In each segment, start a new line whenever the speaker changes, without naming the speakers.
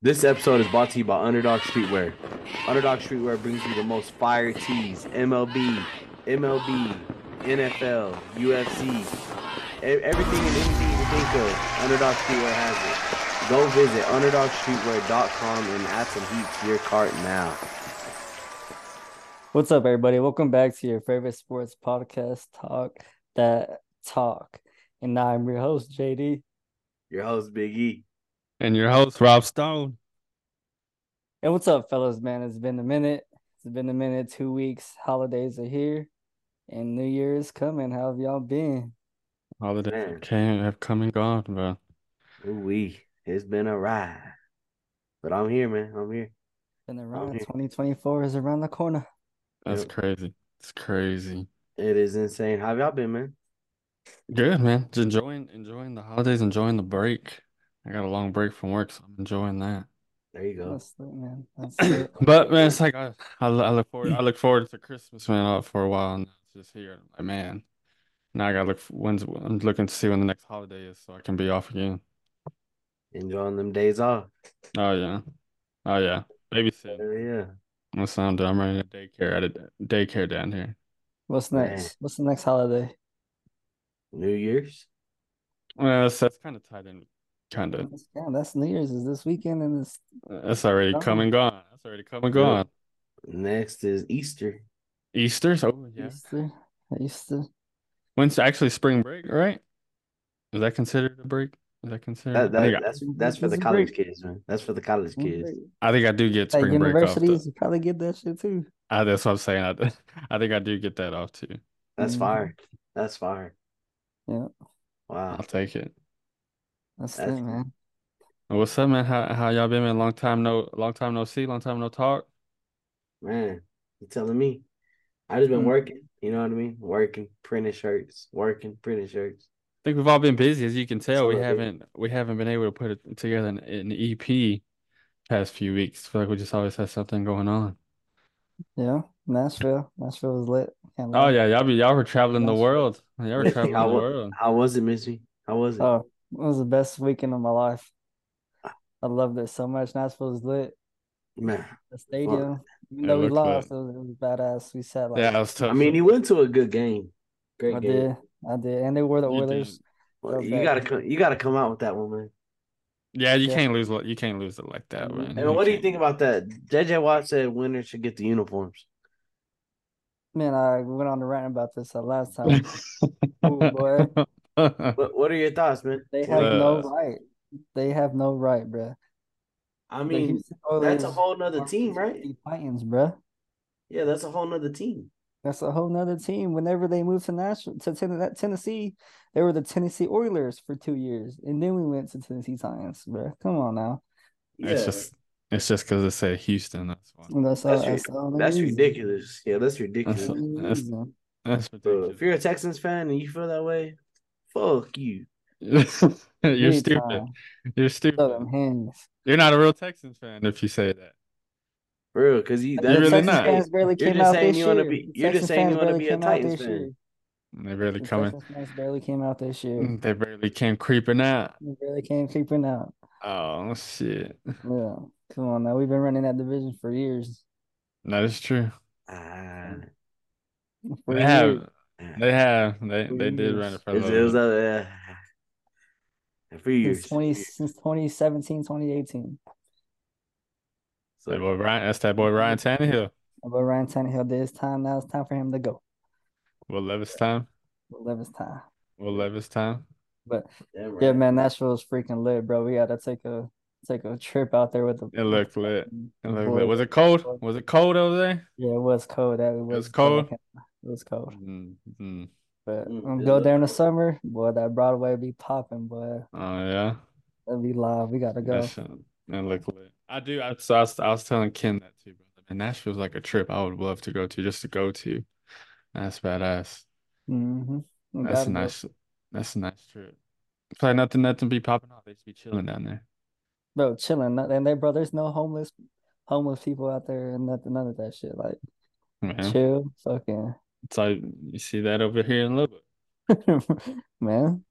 This episode is brought to you by Underdog Streetwear. Underdog Streetwear brings you the most fire tees, MLB, MLB, NFL, UFC, e- everything and anything you can think of. Underdog Streetwear has it. Go visit underdogstreetwear.com and add some heat to your cart now.
What's up, everybody? Welcome back to your favorite sports podcast, Talk That Talk. And I'm your host, JD.
Your host, Big E.
And your host, Rob Stone.
And what's up, fellas, man? It's been a minute. It's been a minute, two weeks. Holidays are here, and New Year is coming. How have y'all been?
Holidays
Man.
can't have come and gone, bro.
Ooh-wee. It's been a ride. But I'm here, man. I'm here.
Been around
here.
2024 is around the corner.
That's
Yep.
crazy. It's crazy.
It is insane. How have y'all been, man?
Good, man. Just enjoying enjoying the holidays, enjoying the break. I got a long break from work, so I'm enjoying that.
There you go.
That's it, man. That's it.
But man, it's like I, I, lo- I look forward I look forward to Christmas, man, uh, for a while and it's just here. I'm like, man, now I gotta look for, when's I'm looking to see when the next holiday is so I can be off again.
Enjoying them days off.
Oh yeah. Oh yeah. Babysit.
Hell yeah.
That's what I'm doing. I'm running a daycare at a daycare down here.
What's
Man.
next? What's the next holiday?
New Year's.
Well, that's, that's kind of tied in, kind of.
Yeah, that's New Year's. Is this weekend and it's
That's already come and gone. That's already come and
Yeah.
gone.
Next is Easter.
Easter. Oh yeah.
Easter? Easter.
When's actually spring break, right? Is that considered a break? Is that
Mm.
considered?
That,
I
that,
think I,
that's that's for the
It's a
college
break.
kids, man. That's for the college kids.
I think I do get
Like
spring break off.
universities,
Though.
you probably get that shit too.
Ah, that's what I'm saying. I, I think I do get that off too.
That's
Mhm.
fire. That's fire.
Yeah,
Wow.
I'll take it.
that's
That's-
it, man.
And What's up, man? How how y'all been, man? Long time no, long time no see, long time no talk.
Man, you telling me? I just been
Mm.
working. You know what I mean? Working, printing shirts, working, printing shirts.
I think we've all been busy, as you can tell. We
Absolutely.
haven't we haven't been able to put it together an, an EP past few weeks. feel like we just always had something going on.
Yeah, Nashville. Nashville was lit. Can't
Oh
lie.
yeah, y'all be y'all were traveling the
That's-
world. Y'all were
Yeah,
traveling
I
the
wa-
world.
How was it, Missy? How was it?
Oh, it was the best weekend of my life. I loved it so much. Nashville was lit.
Man,
The stadium, even
It
though we
looked lit.
lost, it was, it was badass. We sat like,
Yeah, that was tough.
I mean, you went to a good game. Great
I
game.
did, I did, and they were the
You did.
Oilers.
Well,
Love
you
that.
gotta come. You gotta come out with that one, man.
Yeah, you
Yeah.
can't lose. li- You can't lose it like that,
Mhm.
man.
Mm-hmm. And what do you
can't.
think about that? JJ Watt said winners should get the uniforms.
Man, I went on the rant about this uh, last time. Ooh, boy.
What What are your thoughts, man?
They have no
Uh,
right. They have no right, bruh.
I
The
mean,
Houston
that's a
Oilers
whole nother
are
team, right?
the Titans, bruh.
Yeah, that's a whole nother team.
That's a whole nother team. Whenever they moved to Nashville to Ten- that Tennessee, they were the Tennessee Oilers for two years, and then we went to Tennessee Titans, bro. Come on now,
it's just it's just because it said Houston. That's
Mm,
why.
And that's all.
That's
That's,
ri-
all they
that's
need.
ridiculous. Yeah, that's ridiculous.
That's all they need,
That's-
man.
That's
Bro, if
ridiculous.
you're a Texans fan and you feel that way, fuck you.
You're
Big
stupid.
time.
You're
Show
stupid.
them hands.
You're not a real Texans fan if you say that.
For real, because you
The
that's
really
Texans
not.
fans barely
You're
came
just
out
saying
this
you
year.
wanna be-
The
you're just
Texans
saying you
fans
wanna
barely
be a
came out
Titans
this
fan.
year.
They barely
The
coming. Mm.
Texans fans barely came out this year.
They barely came creeping out.
They barely came creeping out.
Oh shit.
Yeah, come on now. We've been running that division for years.
That is true.
Ah,
For
They have.
years.
They have. They
For
they did run
years.
it for a
It's-
little
it was
bit.
a, uh, a few years.
Since 20, since 2017, 2018.
That
So,
boy Ryan. That's that boy Ryan Tannehill.
But Ryan Tannehill did his time. Now it's time for him to go.
Will Levis time.
We'll live his time.
Will Levis time.
But
damn
yeah,
right.
man, Nashville is freaking lit, bro. We gotta take a take a trip out there with the.
It looked lit. It looked
Boy,
lit. Was it cold?
boy.
Was it cold over there?
Yeah, it was cold. That was,
cold?
It was cold.
Mm, mm.
But
Mm,
I'm
it
go
looked
there in the
cold.
summer, boy. That Broadway be popping, boy.
Oh yeah.
That'll be live. We gotta go.
That shit. It looked lit. I do. I so I was, I was telling Ken that too, brother. And Nashville's like a trip I would love to go to, just to go to. That's badass.
Mm-hmm.
That's a nice. That's a nice trip. Probably nothing. Nothing be popping off. They just be chilling down there.
bro. Chilling, Not- and they, bro. There's no homeless, homeless people out there, and nothing, none of that shit. Like
Man.
chill, fucking
So you see that over here in Lubbock.
man.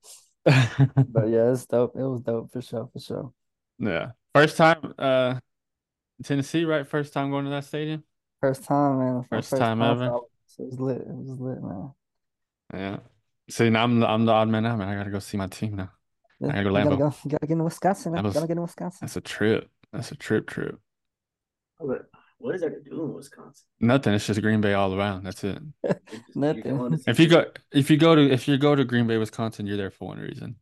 But
But yeah, it's dope. It was dope for sure, for sure.
Yeah. First time uh Tennessee, right? First time going to that stadium?
First time, man. It's my
First time ever.
so It was lit. It was lit, man.
Yeah. See, now I'm the, I'm the odd man out, man. I gotta go see my team now. I gotta go
You
Lambeau.
go, you gotta get into Wisconsin. Man.
That was-
gotta get into Wisconsin.
That's a trip. That's a trip trip.
But what is there to do in Wisconsin?
Nothing. It's just Green Bay all around. That's it.
You just-
Nothing.
can go on to
If you go if you go to if you go to Green Bay, Wisconsin, you're there for one reason.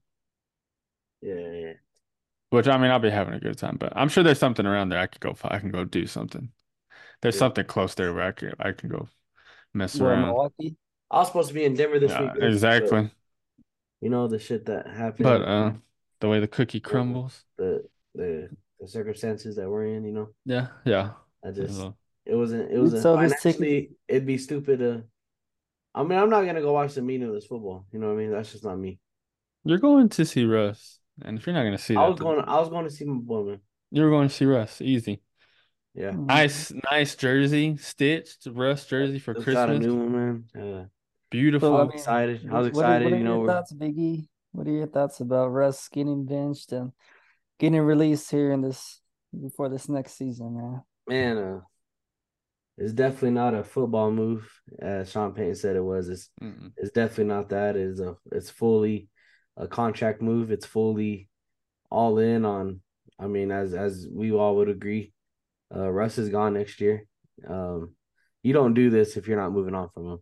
yeah, yeah.
Which I mean, I'll be having a good time, but I'm sure there's something around there I could go. fi- I can go do something. There's
Yeah.
something close there where I can I can go mess
Go to
around.
Milwaukee.
I was supposed to be in Denver this
Yeah,
week. but-
exactly.
You know the shit that happened.
But uh, the way the cookie crumbles.
the the the circumstances that we're in, you know.
Yeah, yeah.
I
you
just
know.
it wasn't it was
You'd
a
sell this ticket-
financially it'd be stupid to I mean I'm not gonna go watch the meeting of this football. You know what I mean? That's just not me.
You're going to see Russ, and if you're not gonna see
I
that,
was
then
going I was going to see my boy man.
you're going to see Russ. Easy,
Mm-hmm. Yeah.
Hmm.
Mm.
nice, nice jersey, stitched Russ jersey for
Just got a
Christmas.
new one, man.
Beautiful.
Uh, I
I
was
mean,
excited. I was
What- what are-
excited,
What are
you know.
your
we're-
thoughts, Biggie? What are your thoughts about Russ getting benched and getting released here in this before this next season, man?
man, uh, it's definitely not a football move, as Sean Payton said it was. It's
Mm-mm.
it's definitely not that. It's a it's fully a contract move. It's fully all in on. I mean, as as we all would agree, uh, Russ is gone next year. Um, you don't do this if you're not moving on from him,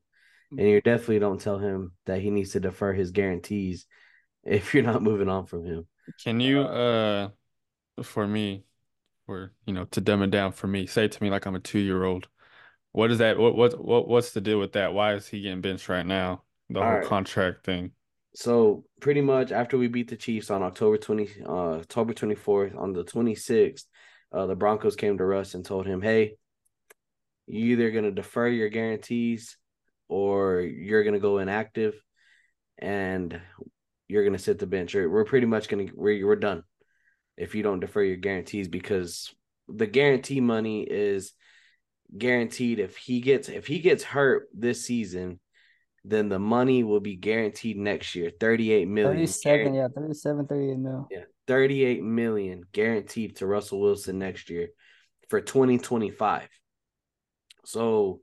and you definitely don't tell him that he needs to defer his guarantees if you're not moving on from him.
Can you, uh, for me, for you know, to dumb it down for me, say it to me like I'm a two year old. What is that? What what what what's the deal with that? Why is he getting benched right now? The whole
All right.
contract thing.
So pretty much after we beat the Chiefs on October twenty uh October twenty fourth, on the twenty sixth, uh the Broncos came to Russ and told him, Hey, you either gonna defer your guarantees or you're gonna go inactive and you're gonna sit the bench. You're- We're pretty much gonna we're we're done if you don't defer your guarantees because the guarantee money is guaranteed if he gets if he gets hurt this season then the money will be guaranteed next year 38 million
37, yeah, 37, 38 mil.
yeah, 38 million guaranteed to Russell Wilson next year for 2025. So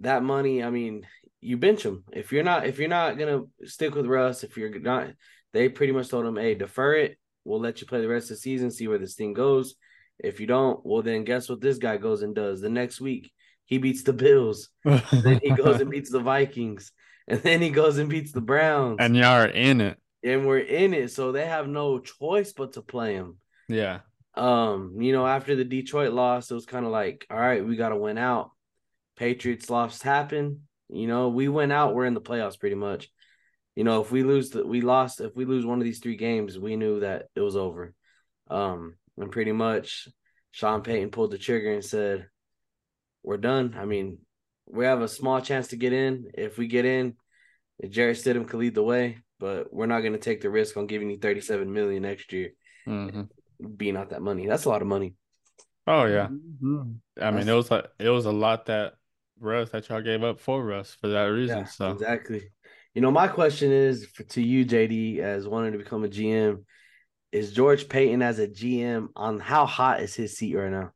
that money, I mean, you bench him. If you're not if you're not going to stick with Russ, if you're not they pretty much told him, "Hey, defer it. We'll let you play the rest of the season, see where this thing goes. If you don't, well then guess what this guy goes and does the next week? He beats the Bills. Then he goes and beats the Vikings. And then he goes and beats the Browns
and y'all are in it.
and we're in it, so they have no choice but to play him.
Yeah.
Um, you know, after the Detroit loss, it was kind of like, all right, we got to win out. Patriots loss happen. You know, we went out, we're in the playoffs pretty much. You know, if we lose, the, we lost. If we lose one of these three games, we knew that it was over. Um, and pretty much, Sean Payton pulled the trigger and said, "We're done." I mean, we have a small chance to get in. If we get in, Jared Stidham could lead the way, but we're not going to take the risk on giving you thirty-seven million next year,
hmm
being out that money. That's a lot of money.
Oh yeah.
Mhm.
I mean, it was like it was a lot that Russ that y'all gave up for Russ for that reason. so
exactly. You know, my question is for, to you, JD, as wanting to become a GM, is George Payton as a GM on how hot is his seat right now?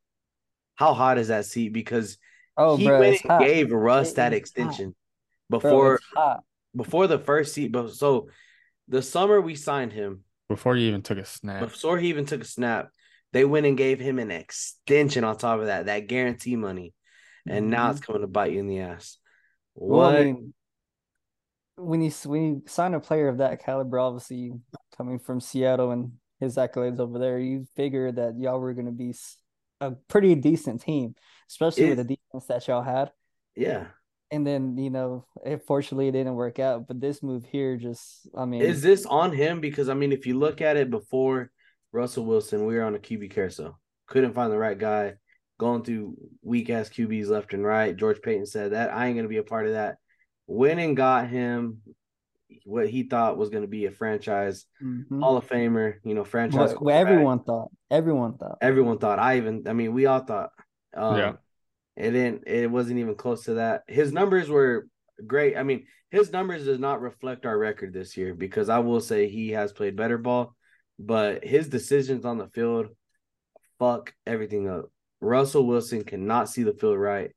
How hot is that seat? Because
Oh,
he
bro,
went
it's
and
hot.
gave Russ
It
that
is hot.
extension
Bro,
before
it's hot.
before the first seat. But so the summer we signed him,
before you even took a snap,
before he even took a snap, they went and gave him an extension on top of that, that guarantee money. And now it's coming to bite you in the ass. What?
Mm-hmm. Well, I mean, when you s- when you sign a player of that caliber, obviously coming from Seattle and his accolades over there, you figure that y'all were going to be s- a pretty decent team, especially with
It-
the defense that y'all had.
yeah.
And then you know, it, fortunately, it didn't work out. But this move here, just I mean,
Is this on him? Because I mean, if you look at it before Russell Wilson, we were on a QB carousel. Couldn't find the right guy. Going through weak ass QBs left and right. George Payton said that I ain't gonna be a part of that. Went and got him what he thought was gonna be a franchise
Mhm.
Hall of Famer. You know, franchise.
what, what
quarterback.
everyone thought, everyone thought.
Everyone thought. I even. I mean, we all thought. Um,
Yeah.
It didn't. It wasn't even close to that. His numbers were great. I mean, his numbers does not reflect our record this year because I will say he has played better ball, but his decisions on the field fuck everything up. Russell Wilson cannot see the field right.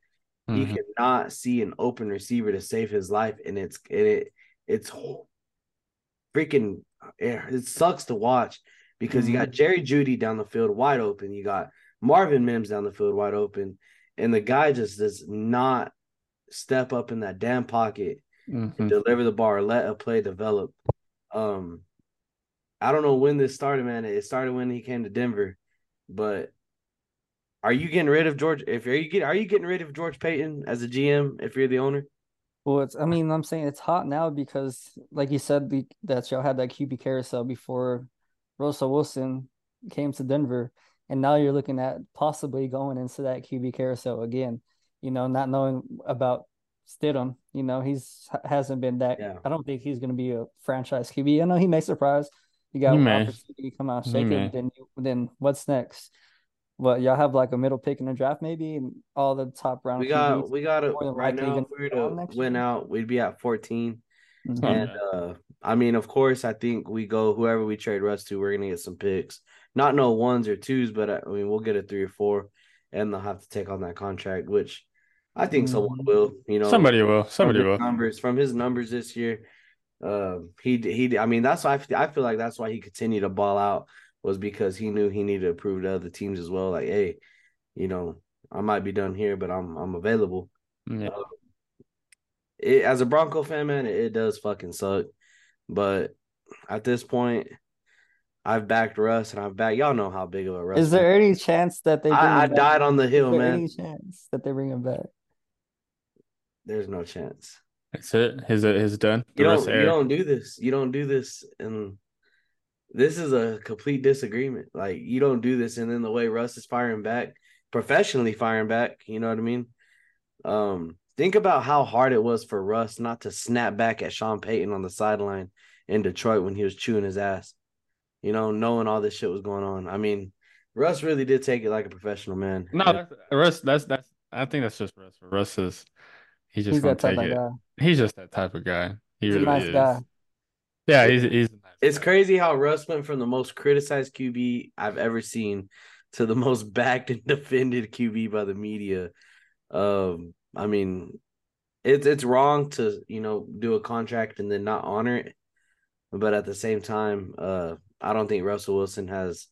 Mm-hmm,
He cannot see an open receiver to save his life, and it's and it it's whole- freaking it, it sucks to watch because you got Jerry Judy down the field wide open. You got Marvin Mims down the field wide open, and the guy just does not step up in that damn pocket
Mm.
Mhm.
deliver the bar, let a play develop. Um, I don't know when this started, man. It started when he came to Denver, but are you getting rid of George? If are you get are you getting rid of George Payton as a GM? If you're the owner,
Well, it's, I mean, I'm saying it's hot now because, like you said, the, that y'all had that QB carousel before Russell Wilson came to Denver. And now you're looking at possibly going into that QB carousel again, you know, not knowing about Stidham. You know, he's hasn't been that.
Yeah.
I don't think he's going to be a franchise QB. I know he may surprise. You got
He
an
may.
opportunity to come out
He
shaking.
may.
Then, you- then what's next? Well, y'all have like a middle pick in the draft, maybe, and all the top round.
we got
QBs.
we got to
Um, more than
right
likely
now.
gonna
If we were
go on
to
next
win
year.
out, we'd be at 14.
Mhm.
Not
And
bad.
uh, I mean, of course, I think we go whoever we trade Russ to, we're gonna get some picks. Not no ones or twos, but uh, I, I mean, we'll get a three or four, and they'll have to take on that contract, which I think someone
Mhm.
will. You know,
somebody will.
from
Somebody
his
will.
numbers from his numbers this year. Um, he he. I mean, that's why I, feel- I feel like that's why he continued to ball out was because he knew he needed to prove to other teams as well. Like, hey, you know, I might be done here, but I'm I'm available
Yeah.
it, as a Bronco fan, man, it, it does fucking suck. But at this point, I've backed Russ, and I've backed y'all. Know how big of a Russ?
Is there any chance that they?
fan-
Bring him
I, I
back?
died on the
Is
hill,
there
man.
any chance that they bring him back?
There's no chance.
That's it. His his done. The
You
rest
don't. You
air.
don't do this. You don't do this, and this is a complete disagreement. Like you don't do this, and then the way Russ is firing back, professionally firing back. You know what I mean? Um, think about how hard it was for Russ not to snap back at Sean Payton on the sideline in Detroit when he was chewing his ass. You know, knowing all this shit was going on. I mean, Russ really did take it like a professional man.
No,
And-
that's, Russ. That's that's. I think that's just Russ. Russ is. He's just
He's
gonna
that type
take
of
it.
guy.
He's just that type of guy. He
He's a
really
nice
is.
guy.
Yeah, he's he's. a nice
It's
guy.
crazy how Russ went from the most criticized QB I've ever seen to the most backed and defended QB by the media. Um, I mean, it's it's wrong to you know do a contract and then not honor it, but at the same time, uh, I don't think Russell Wilson has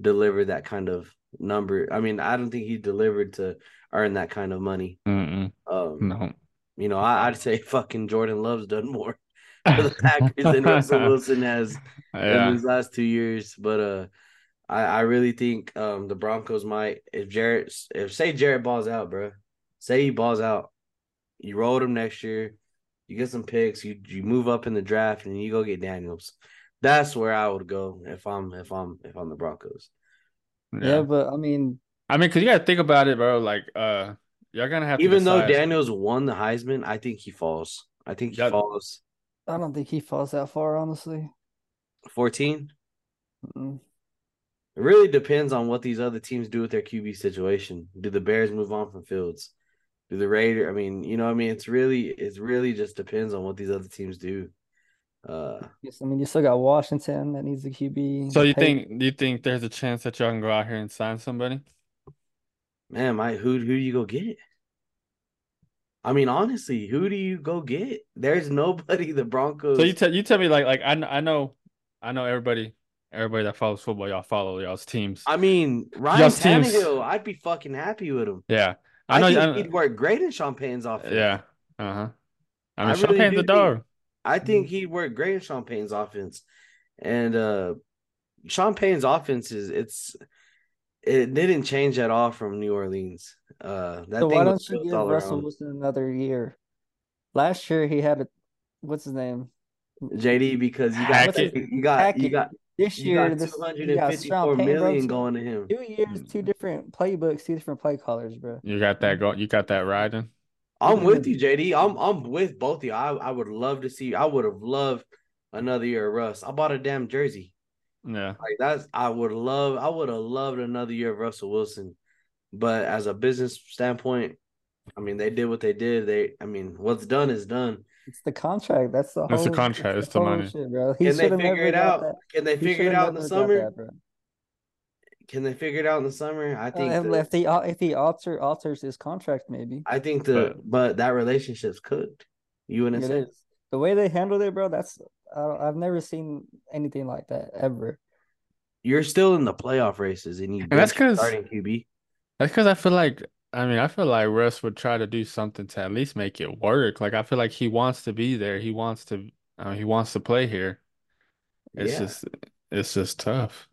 delivered that kind of number. I mean, I don't think he delivered to earn that kind of money.
Mm-mm,
Um,
no.
you know, I, I'd say fucking Jordan Love's done more for the Packers than Russell Wilson has in
Yeah.
these last two years. But uh, I, I really think um the Broncos might if Jarrett if say Jarrett balls out, bro. Say he balls out, you rolled him next year, you get some picks, you you move up in the draft, and you go get Daniels. That's where I would go if I'm if I'm if I'm the Broncos.
Yeah. but I mean,
I mean, cause you gotta think about it, bro. Like, uh, y'all gonna have to
Even though
decide-
Daniels won the Heisman, I think he falls. I think he
Yeah.
falls.
I don't think he falls that far, honestly.
14.
Mm-mm.
It really depends on what these other teams do with their QB situation. Do the Bears move on from Fields? Do the Raider? I mean, you know, what I mean, it's really, it's really just depends on what these other teams do. Uh,
Yes, I mean, you still got Washington that needs a QB.
So you
Peyton-
think do you think there's a chance that y'all can go out here and sign somebody?
man, my who who do you go get? I mean, honestly, who do you go get? There's nobody the Broncos.
So you tell you tell me like like I kn- I know I know everybody everybody that follows football y'all follow y'all's teams.
I mean, Ryan
Y'all's teams-
Tannehill, I'd be fucking happy with him.
yeah,
I,
I know.
think
I know-
he'd work great in Sean Payton's offense.
yeah, uh huh. I
I
mean,
really
Champagne's
do
a
think-
dog.
I think
Mm-hmm.
he'd work great in Sean Payton's offense. And uh Sean Payton's offense is it's it didn't change at all from New Orleans. Uh that
so
thing
why don't
was
you
built
give
all
Russell
around.
Wilson another year? Last year he had a what's his name?
JD because you got
Hackett.
you got you
Hackett.
got
This
you
year,
got
this
two hundred
you
and
got
fifty
Sean
four
Payton, bro,
million
two-
going to him.
Two years, two different playbooks, two different play callers, bro.
You got that go. You got that riding.
I'm with you, JD. I'm I'm with both of you. I, I would love to see I would have loved another year of Russ. I bought a damn jersey.
Yeah.
Like that's I would love I would have loved another year of Russell Wilson. But as a business standpoint, I mean they did what they did. They I mean what's done is done.
It's the contract. That's the whole.
That's the contract. It's the
whole
money.
Shit, bro. He
Can they
should have never
figure it
got
out?
that.
Can they
He
figure
shoulda
it out in the
never got
summer?
that, bro.
Can they figure it out in the summer? I think.
Uh, if,
the-
if he al- if he alter alters his contract, maybe
I think the but that relationship's cooked. You
It
wouldn't say.
is. the way they handled it, bro. That's I don't, I've never seen anything like that ever.
You're still in the playoff races, and you.
And that's
bench your
'cause-
starting QB.
That's because I feel like I mean I feel like Russ would try to do something to at least make it work. Like I feel like he wants to be there. He wants to. I mean, he wants to play here. It's
yeah,
just it's just tough.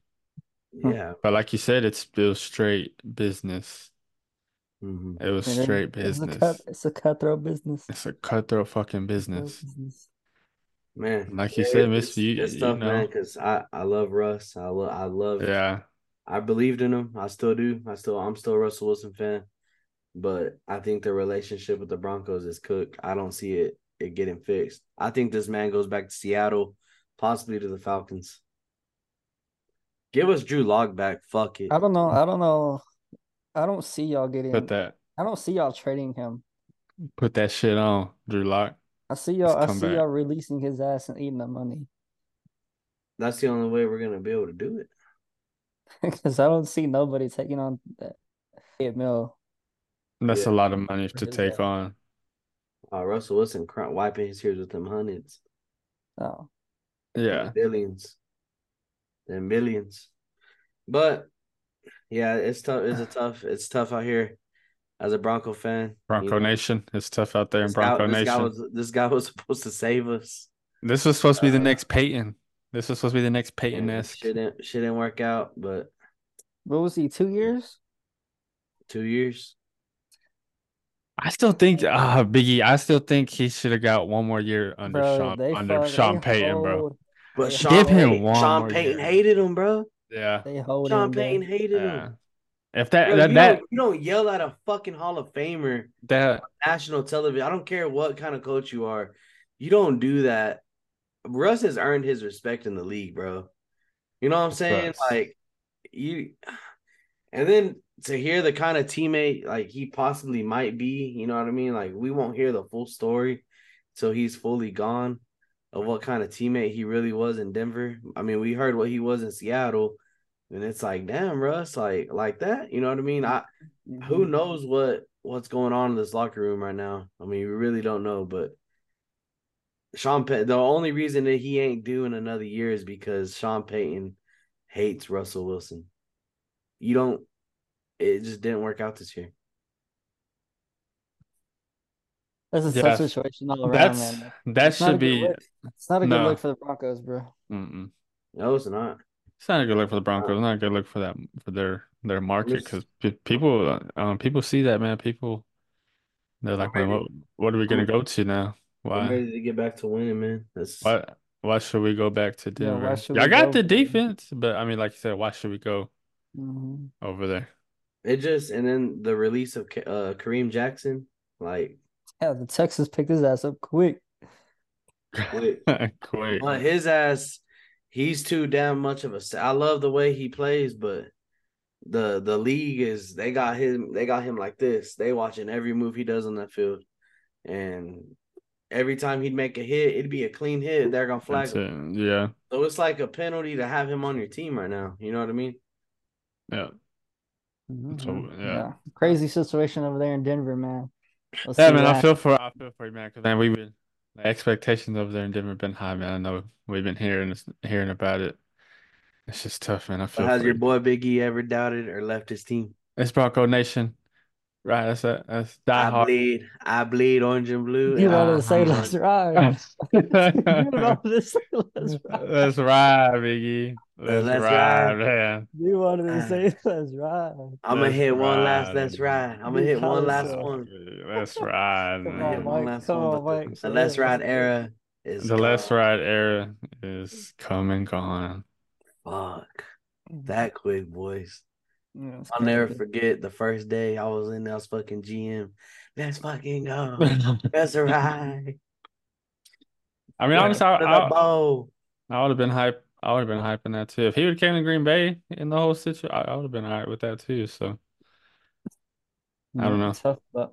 yeah.
But like you said, it's still straight business.
mhm.
It was
And it-
straight
it's a cut-
business.
It's a cutthroat business.
It's a cutthroat fucking
Cutthroat
business.
business.
Man,
Like you
yeah,
said,
it-
Miss,
it's-
you-
it's
you
tough,
know.
man. Because I I love Russ. I love I love.
Yeah.
I believed in him. I still do. I still I'm still a Russell Wilson fan. But I think the relationship with the Broncos is cooked. I don't see it it getting fixed. I think this man goes back to Seattle, possibly to the Falcons. Give us Drew Lock back. Fuck it.
I don't know. I don't know. I don't see y'all getting.
Put that
I don't see y'all trading him.
put that shit on, Drew Lock.
I see y'all. I
come
see
back.
y'all releasing his ass and eating the money
That's the only way we're gonna be able to do it.
because I don't see nobody taking on that eight mil.
That's a
Yeah.
lot of money to
Really
take
bad.
on.
Uh, Russell Wilson cr- wiping his tears with them hundreds,
No,
Yeah.
billions, then millions. But yeah, it's tough. It's a tough. It's tough out here. As a Bronco fan, you
Bronco
know.
Nation. It's tough out there in
This
Bronco
guy, this guy
Nation.
was this guy was supposed to save us.
This was supposed to be the
Uh,
next Peyton. This was supposed to be the next Peyton
And
esque.
shit didn't shit didn't work out, but
what was he? Two years?
two years.
I still think uh Biggie, I still think he should have got one more year under
bro,
Sean
they
under
fuck-
Sean
they
Payton, bro.
hold-
But
Give
Sean
him
Payton,
one
Sean
more
Payton
year.
hated him, bro.
Yeah.
They hold
Sean
him, bro.
Payton hated
Yeah.
him.
If Uh, that
Bro,
that
you,
that,
don't, you don't yell at a fucking Hall of Famer,
that
national television. I don't care what kind of coach you are. You don't do that. Russ has earned his respect in the league, bro. You know what I'm saying?
Facts.
Like you and then to hear the kind of teammate like he possibly might be, you know what I mean? Like we won't hear the full story till he's fully gone of what kind of teammate he really was in Denver. I mean, we heard what he was in Seattle, and it's like, damn, Russ, like like that. You know what I mean? I who
Mhm.
knows what what's going on in this locker room right now? I mean, we really don't know, but Sean Payton, the only reason that he ain't doing another year is because Sean Payton hates Russell Wilson. You don't, it just didn't work out this year.
This is
Yeah.
such a situation all around,
that's
man.
that
It's not a good
should be
look. It's not a good
no.
look for the Broncos, bro.
mm-mm.
No, it's not.
It's not a good look for the Broncos. Not a good look for that for their their market
Miss-
because people uh, um people see that man. People they're like, man,
ready.
what what are we gonna go to now?
I'm
Why
ready to get back to winning, man. That's
why why should we go back to
Yeah, why
Denver?
should
Y'all
we
got
go
the
back to-
defense, but I mean, like you said, why should we go
Mhm.
over there?
it. Just and then the release of Ka- uh, Kareem Jackson, like,
Yeah, the Texans picked his ass up quick.
wait,
Quick.
but his ass, he's too damn much of a. sa- I love the way he plays, but the the league is they got him they got him like this. They watching every move he does on that field, and every time he'd make a hit, it'd be a clean hit. They're gonna flag
That's
him.
it. Yeah.
So it's like a penalty to have him on your team right now. You know what I mean?
Yeah.
Mhm.
yeah.
Crazy situation over there in Denver, man. We'll
Yeah,
see
man,
what
I feel for I feel for you, man, 'cause, man, we've been the expectations over there in Denver been high, man. I know we've been hearing hearing about it. It's just tough, man. I
But
feel
has
for
your
you.
boy Biggie ever doubted or left his team?
It's Bronco Nation, right? That's that. That's die
I
hard.
bleed, I bleed orange and blue.
You
and
wanted to
I-
say
I'm
let's
on-
ride. You wanted to say let's ride.
Let's ride, Biggie. Let's,
Let's
ride,
ride.
man.
You wanted to
Ah.
say let's ride.
I'm gonna
Let's
hit one last.
ride.
Let's ride. I'm gonna
You
hit one
kinda
last
suck.
one.
Let's ride,
I'm
Come on,
gonna hit
man.
one
Mike.
last
Come
one.
on,
but
Mike.
The, the let's ride era is
The let's
gone.
ride era is coming, gone.
Fuck that quick, boys.
Yeah, it's
I'll never
crazy.
forget the first day I was in that fucking GM. Let's fucking go. Let's ride.
I mean, honestly, I,
For the
I,
bowl.
I would have been hype. I would have been hyping that too. If he would came to Green Bay in the whole situation, I, I would have been alright with that too. So I don't know.
Tough, but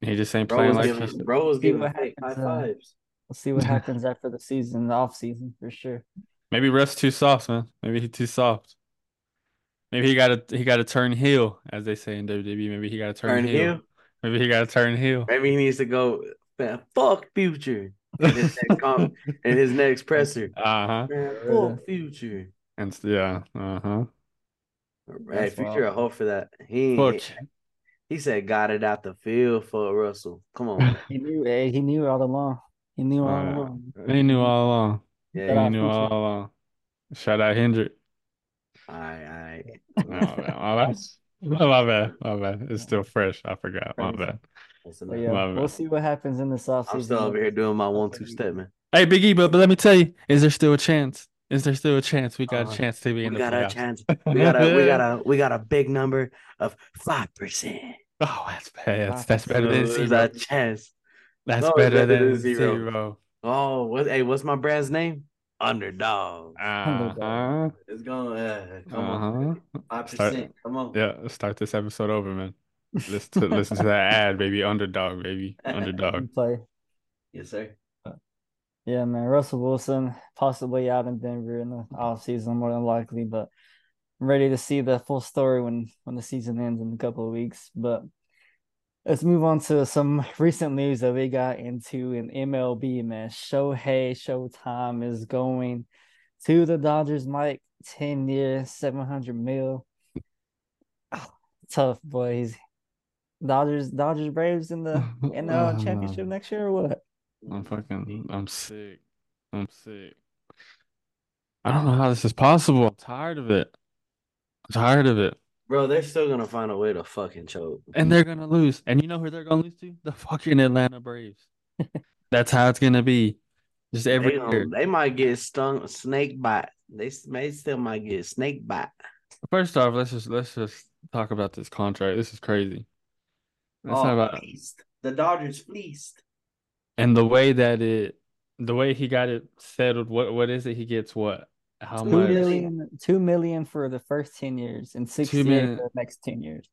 he just ain't
Bro
playing
was
like
giving,
he's
bro was
See
giving
what
fake high
happens, uh,
fives.
We'll see what happens after the season, the off season for sure.
Maybe Russ too soft, man. Maybe he too soft. Maybe he got to he got to turn heel, as they say in WWE. Maybe he got to turn,
Turn
heel.
heel.
Maybe he got to turn heel.
Maybe he needs to go. Man, fuck future. In his next, com- in his next presser.
Uh huh.
Man, fuck future.
And s- yeah. Uh huh.
Hey,
That's
future a
wild.
hoe for that. He
Fuck.
ain't- he said got it out the field for Russell. Come on.
He knew eh, he knew all along. He knew all
Uh,
along.
They knew all
Shout
along.
Yeah.
They
out
knew
Future.
all along. Shout out Hendrick.
All right,
Oh, man. My bad. My bad. My bad. It's still fresh. I forgot. My
Fresh.
bad.
all
But
right.
yeah,
my
we'll
bad.
see what happens in this offseason.
I'm still over here doing my one two step, man.
Hey, Big E, but, but let me tell you, is there still a chance? Is there still a chance? We got
Uh,
a chance to be
We
in the
got a
playoffs.
chance. We got a we got a we got a big number of five percent.
Oh, that's bad. That's,
Five
that's better than
There's
zero.
a chance.
That's
No, it's
better than,
zero.
zero.
Oh, what? Hey, what's my brand's name? Underdog.
Uh-huh.
It's going. Uh, Ah. come
Uh-huh.
on, five
Start-
percent. Come on.
Yeah, start this episode over, man. Listen to listen to that ad, baby. Underdog, baby. Underdog.
play.
Yes, sir.
Yeah, man. Russell Wilson possibly out in Denver in the offseason, more than likely, but I'm ready to see the full story when when the season ends in a couple of weeks. But let's move on to some recent news that we got into in MLB, man. Shohei Showtime is going to the Dodgers, Mike. 10 years, 700 mil. Ah, Tough, boy. He's Dodgers, Dodgers Braves in the NL championship next year or what?
I'm fucking I'm sick. I'm sick. I don't know how this is possible. I'm tired of it. I'm tired of it.
Bro, they're still gonna find a way to fucking choke.
And they're gonna lose. And you know who they're gonna lose to? The fucking Atlanta Braves. That's how it's gonna be. Just every
they, gonna-
year.
they might get stung snake bite. They s- may still might get snake bite.
First off, let's just let's just talk about this contract. This is crazy. Let's
Oh,
talk about
fleeced. The Dodgers fleeced.
and the way that it, the way he got it settled. What what is it? He gets what? How
Two
Two
much?
million.
million, two million for the first ten years, and sixty-eight
million.
for the next ten years.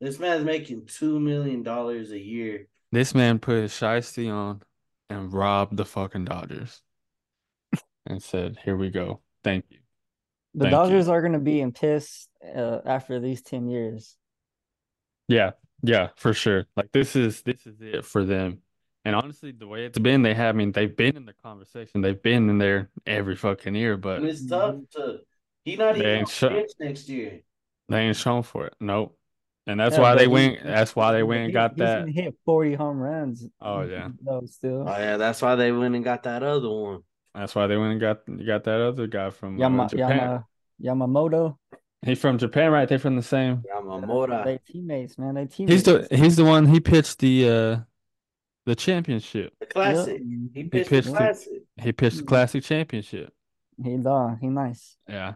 This man's making two million dollars a year.
This man put Shiesty on and robbed the fucking Dodgers, and said, "Here we go. Thank you."
The
Thank you.
Dodgers are going to be in piss uh, after these ten years.
Yeah, yeah, for sure. Like this is this is it for them. And honestly, the way it's been, they have. I mean, they've been in the conversation. They've been in there every fucking year, but
And it's tough to. He not
They
even
ain't
on
shut-
bench next year.
They ain't shown for it. Nope. And that's
Yeah,
why
but
they
he-
went. That's why they
but
went and
he-
got
he's gonna
that.
hit forty home runs.
Oh, yeah.
No, still.
Oh yeah, that's why they went and got that other one.
That's why they went and got got that other guy from uh,
Yama,
Japan.
Yama, Yamamoto.
He's from Japan, right? They're from the same.
Yamamura.
They teammates, man. They teammates.
He's the he's the one. He pitched the uh the championship.
The
Yep.
classic. He pitched
pitched
the
it.
classic.
He pitched the
Mhm.
classic championship.
He dog. He nice.
Yeah.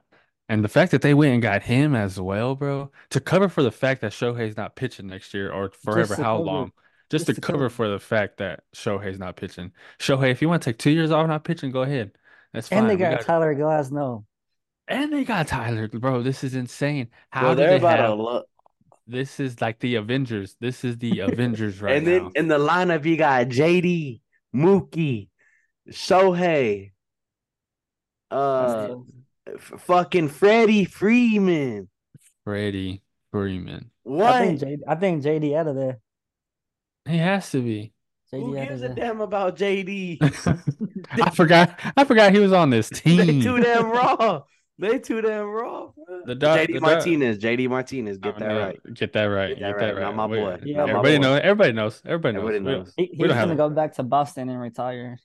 And the fact that they went and got him as well, bro, to cover for the fact that Shohei's not pitching next year or forever,
to
how
cover-
long?
just
Just to
to
cover
cover.
for the fact that Shohei's not pitching. Shohei, if you want to take two years off not pitching, go ahead. That's fine.
And they
We
got
got it.
Tyler Glasnow.
And they got Tyler, bro. This is insane. How
Bro,
do
they're
they
about to
have?
look.
This is like the Avengers. This is the Avengers right
and then
now.
in the lineup, you got JD, Mookie, Shohei, uh, f- fucking Freddie Freeman.
Freddie Freeman.
I think
What?
J. I think JD out of there.
He has to be.
JD
Who
out of
gives a
there.
damn about JD?
I forgot. I forgot he was on this
they too
team.
damn raw. They too damn raw. bro.
The doc-
JD
the doc-
Martinez. JD Martinez. Get
Oh,
that
no.
right.
Get that right.
Get that
Get that
right.
right.
Not my
Wait,
boy.
Yeah, Not my
everybody
boy.
knows. Everybody knows. Everybody knows.
Everybody
We don't-
knows.
He,
We
he's
don't have
gonna
a-
go back to Boston and retire.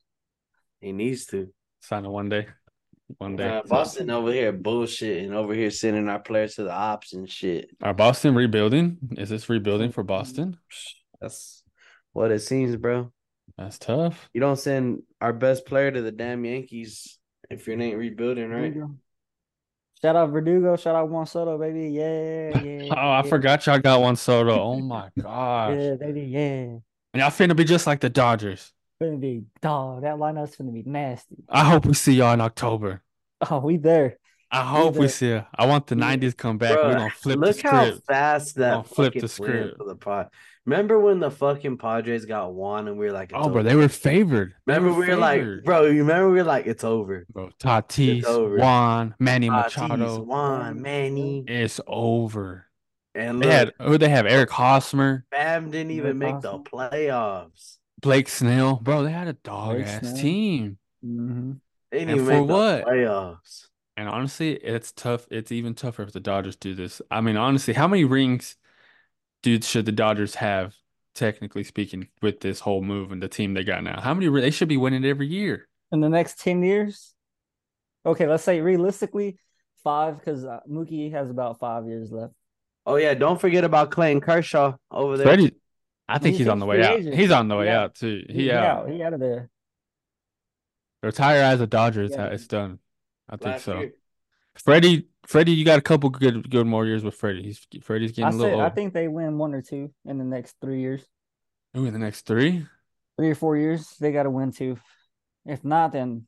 He needs to.
Sign it one day. One day.
Nah, Uh, Boston over here bullshitting, over here sending our players to the ops and shit.
Are Boston rebuilding? Is this rebuilding for Boston?
That's what it seems, bro.
That's tough.
You don't send our best player to the damn Yankees if you ain't rebuilding, right?
Verdugo. Shout out Verdugo. Shout out Juan Soto, baby. Yeah, yeah.
Oh,
yeah,
I forgot y'all got one Soto. Oh my gosh.
Yeah, baby. Yeah.
And y'all finna be just like the Dodgers.
Gonna be dog. That lineup's gonna be nasty.
I hope we see y'all in October.
Oh, we there.
I hope we
Either-
see it. I want the
Yeah.
'90s come back.
Bruh,
We're gonna flip the
Look how
script.
fast
Oh,
that
flip
fucking
the
went
script.
for the pod. Remember when the fucking Padres got one and we were like, it's
Oh, bro,
over?
they were favored. They
Remember we were like,
favored.
bro, you remember we were like, it's over.
bro, Tatis,
over.
Juan, Manny
Ah, Tatis,
Machado,
Juan, Manny,
it's over.
and
They
look,
had who they have Eric Hosmer,
Bam didn't even make the
Awesome.
playoffs.
Blake Snell, bro. They had a dog
Blake
ass
Snell.
team. Mm-hmm.
Mhm.
They didn't
And
even
for
make
what?
the playoffs.
And honestly, it's tough. It's even tougher if the Dodgers do this. I mean, honestly, how many rings, dude, should the Dodgers have, technically speaking, with this whole move and the team they got now? How many? ri- They should be winning every year.
In the next 10 years? Okay, let's say realistically five because uh, Mookie has about five years left.
Oh yeah, don't forget about Clayton Kershaw over there.
Freddie, I think
He's
he's
a
on the
free
way out.
agent.
He's on the way
Yeah.
out too.
He
He out.
He out of there.
Retire as a Dodger. It's,
Yeah.
it's done. I think
Last
so.
year.
Freddie, Freddie, you got a couple good, good more years with Freddie. He's Freddie's getting
I
a little
say I
old.
think they win one or two in the next three years,
Ooh, in the next three,
three or four years. They got to win two. If not, then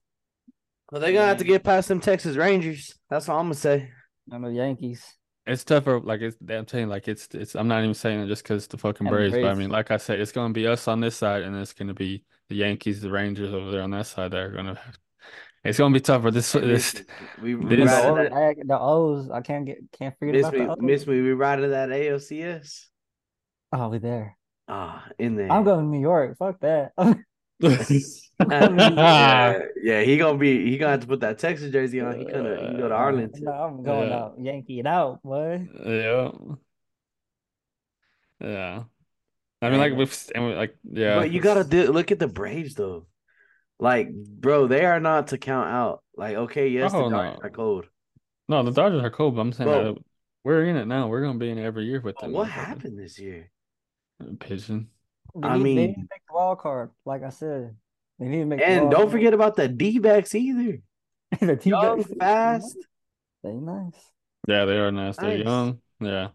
Well, they're gonna have to get past them Texas Rangers. That's all I'm gonna say.
I know Yankees.
it's tougher. Like it's, I'm telling you, like it's, it's. I'm not even saying it just because the fucking
And the
Braves, but I
Braves.
mean, like I said, it's gonna be us on this side, and it's gonna be the Yankees, the Rangers over there on that side. They're gonna. It's gonna be tougher. This, this
we riding
This-
The, O's,
that.
I, the O's, I can't get, can't forget
Miss
about
me,
the O's.
miss me. We riding that ALCS.
Oh, we there.
Ah, in there.
I'm going to New York. Fuck that.
yeah, yeah, he gonna be. He gonna have to put that Texas jersey on. He gonna he go to Arlington.
No, I'm going
Yeah.
out, Yankee it out, boy.
yeah, yeah. I mean, like
Yeah.
we've, and we, like yeah.
But you gotta
it's-
do, look at the Braves though. Like, bro, they are not to count out. Like, okay, yes, the
Oh,
Dodgers
no.
are cold.
No, the Dodgers are cool, but I'm saying
Bro.
that we're in it now. We're gonna be in it every year with
But
them.
what
motherfucker.
happened this year?
Pigeon.
They
I
need, they
mean-
need to make the wild card, like I said. They need to make. the
And
wild
don't
card.
forget about the D backs either.
the team
Young,
got-
fast,
They nice.
Yeah, they are nice. They're
Nice.
young. Yeah.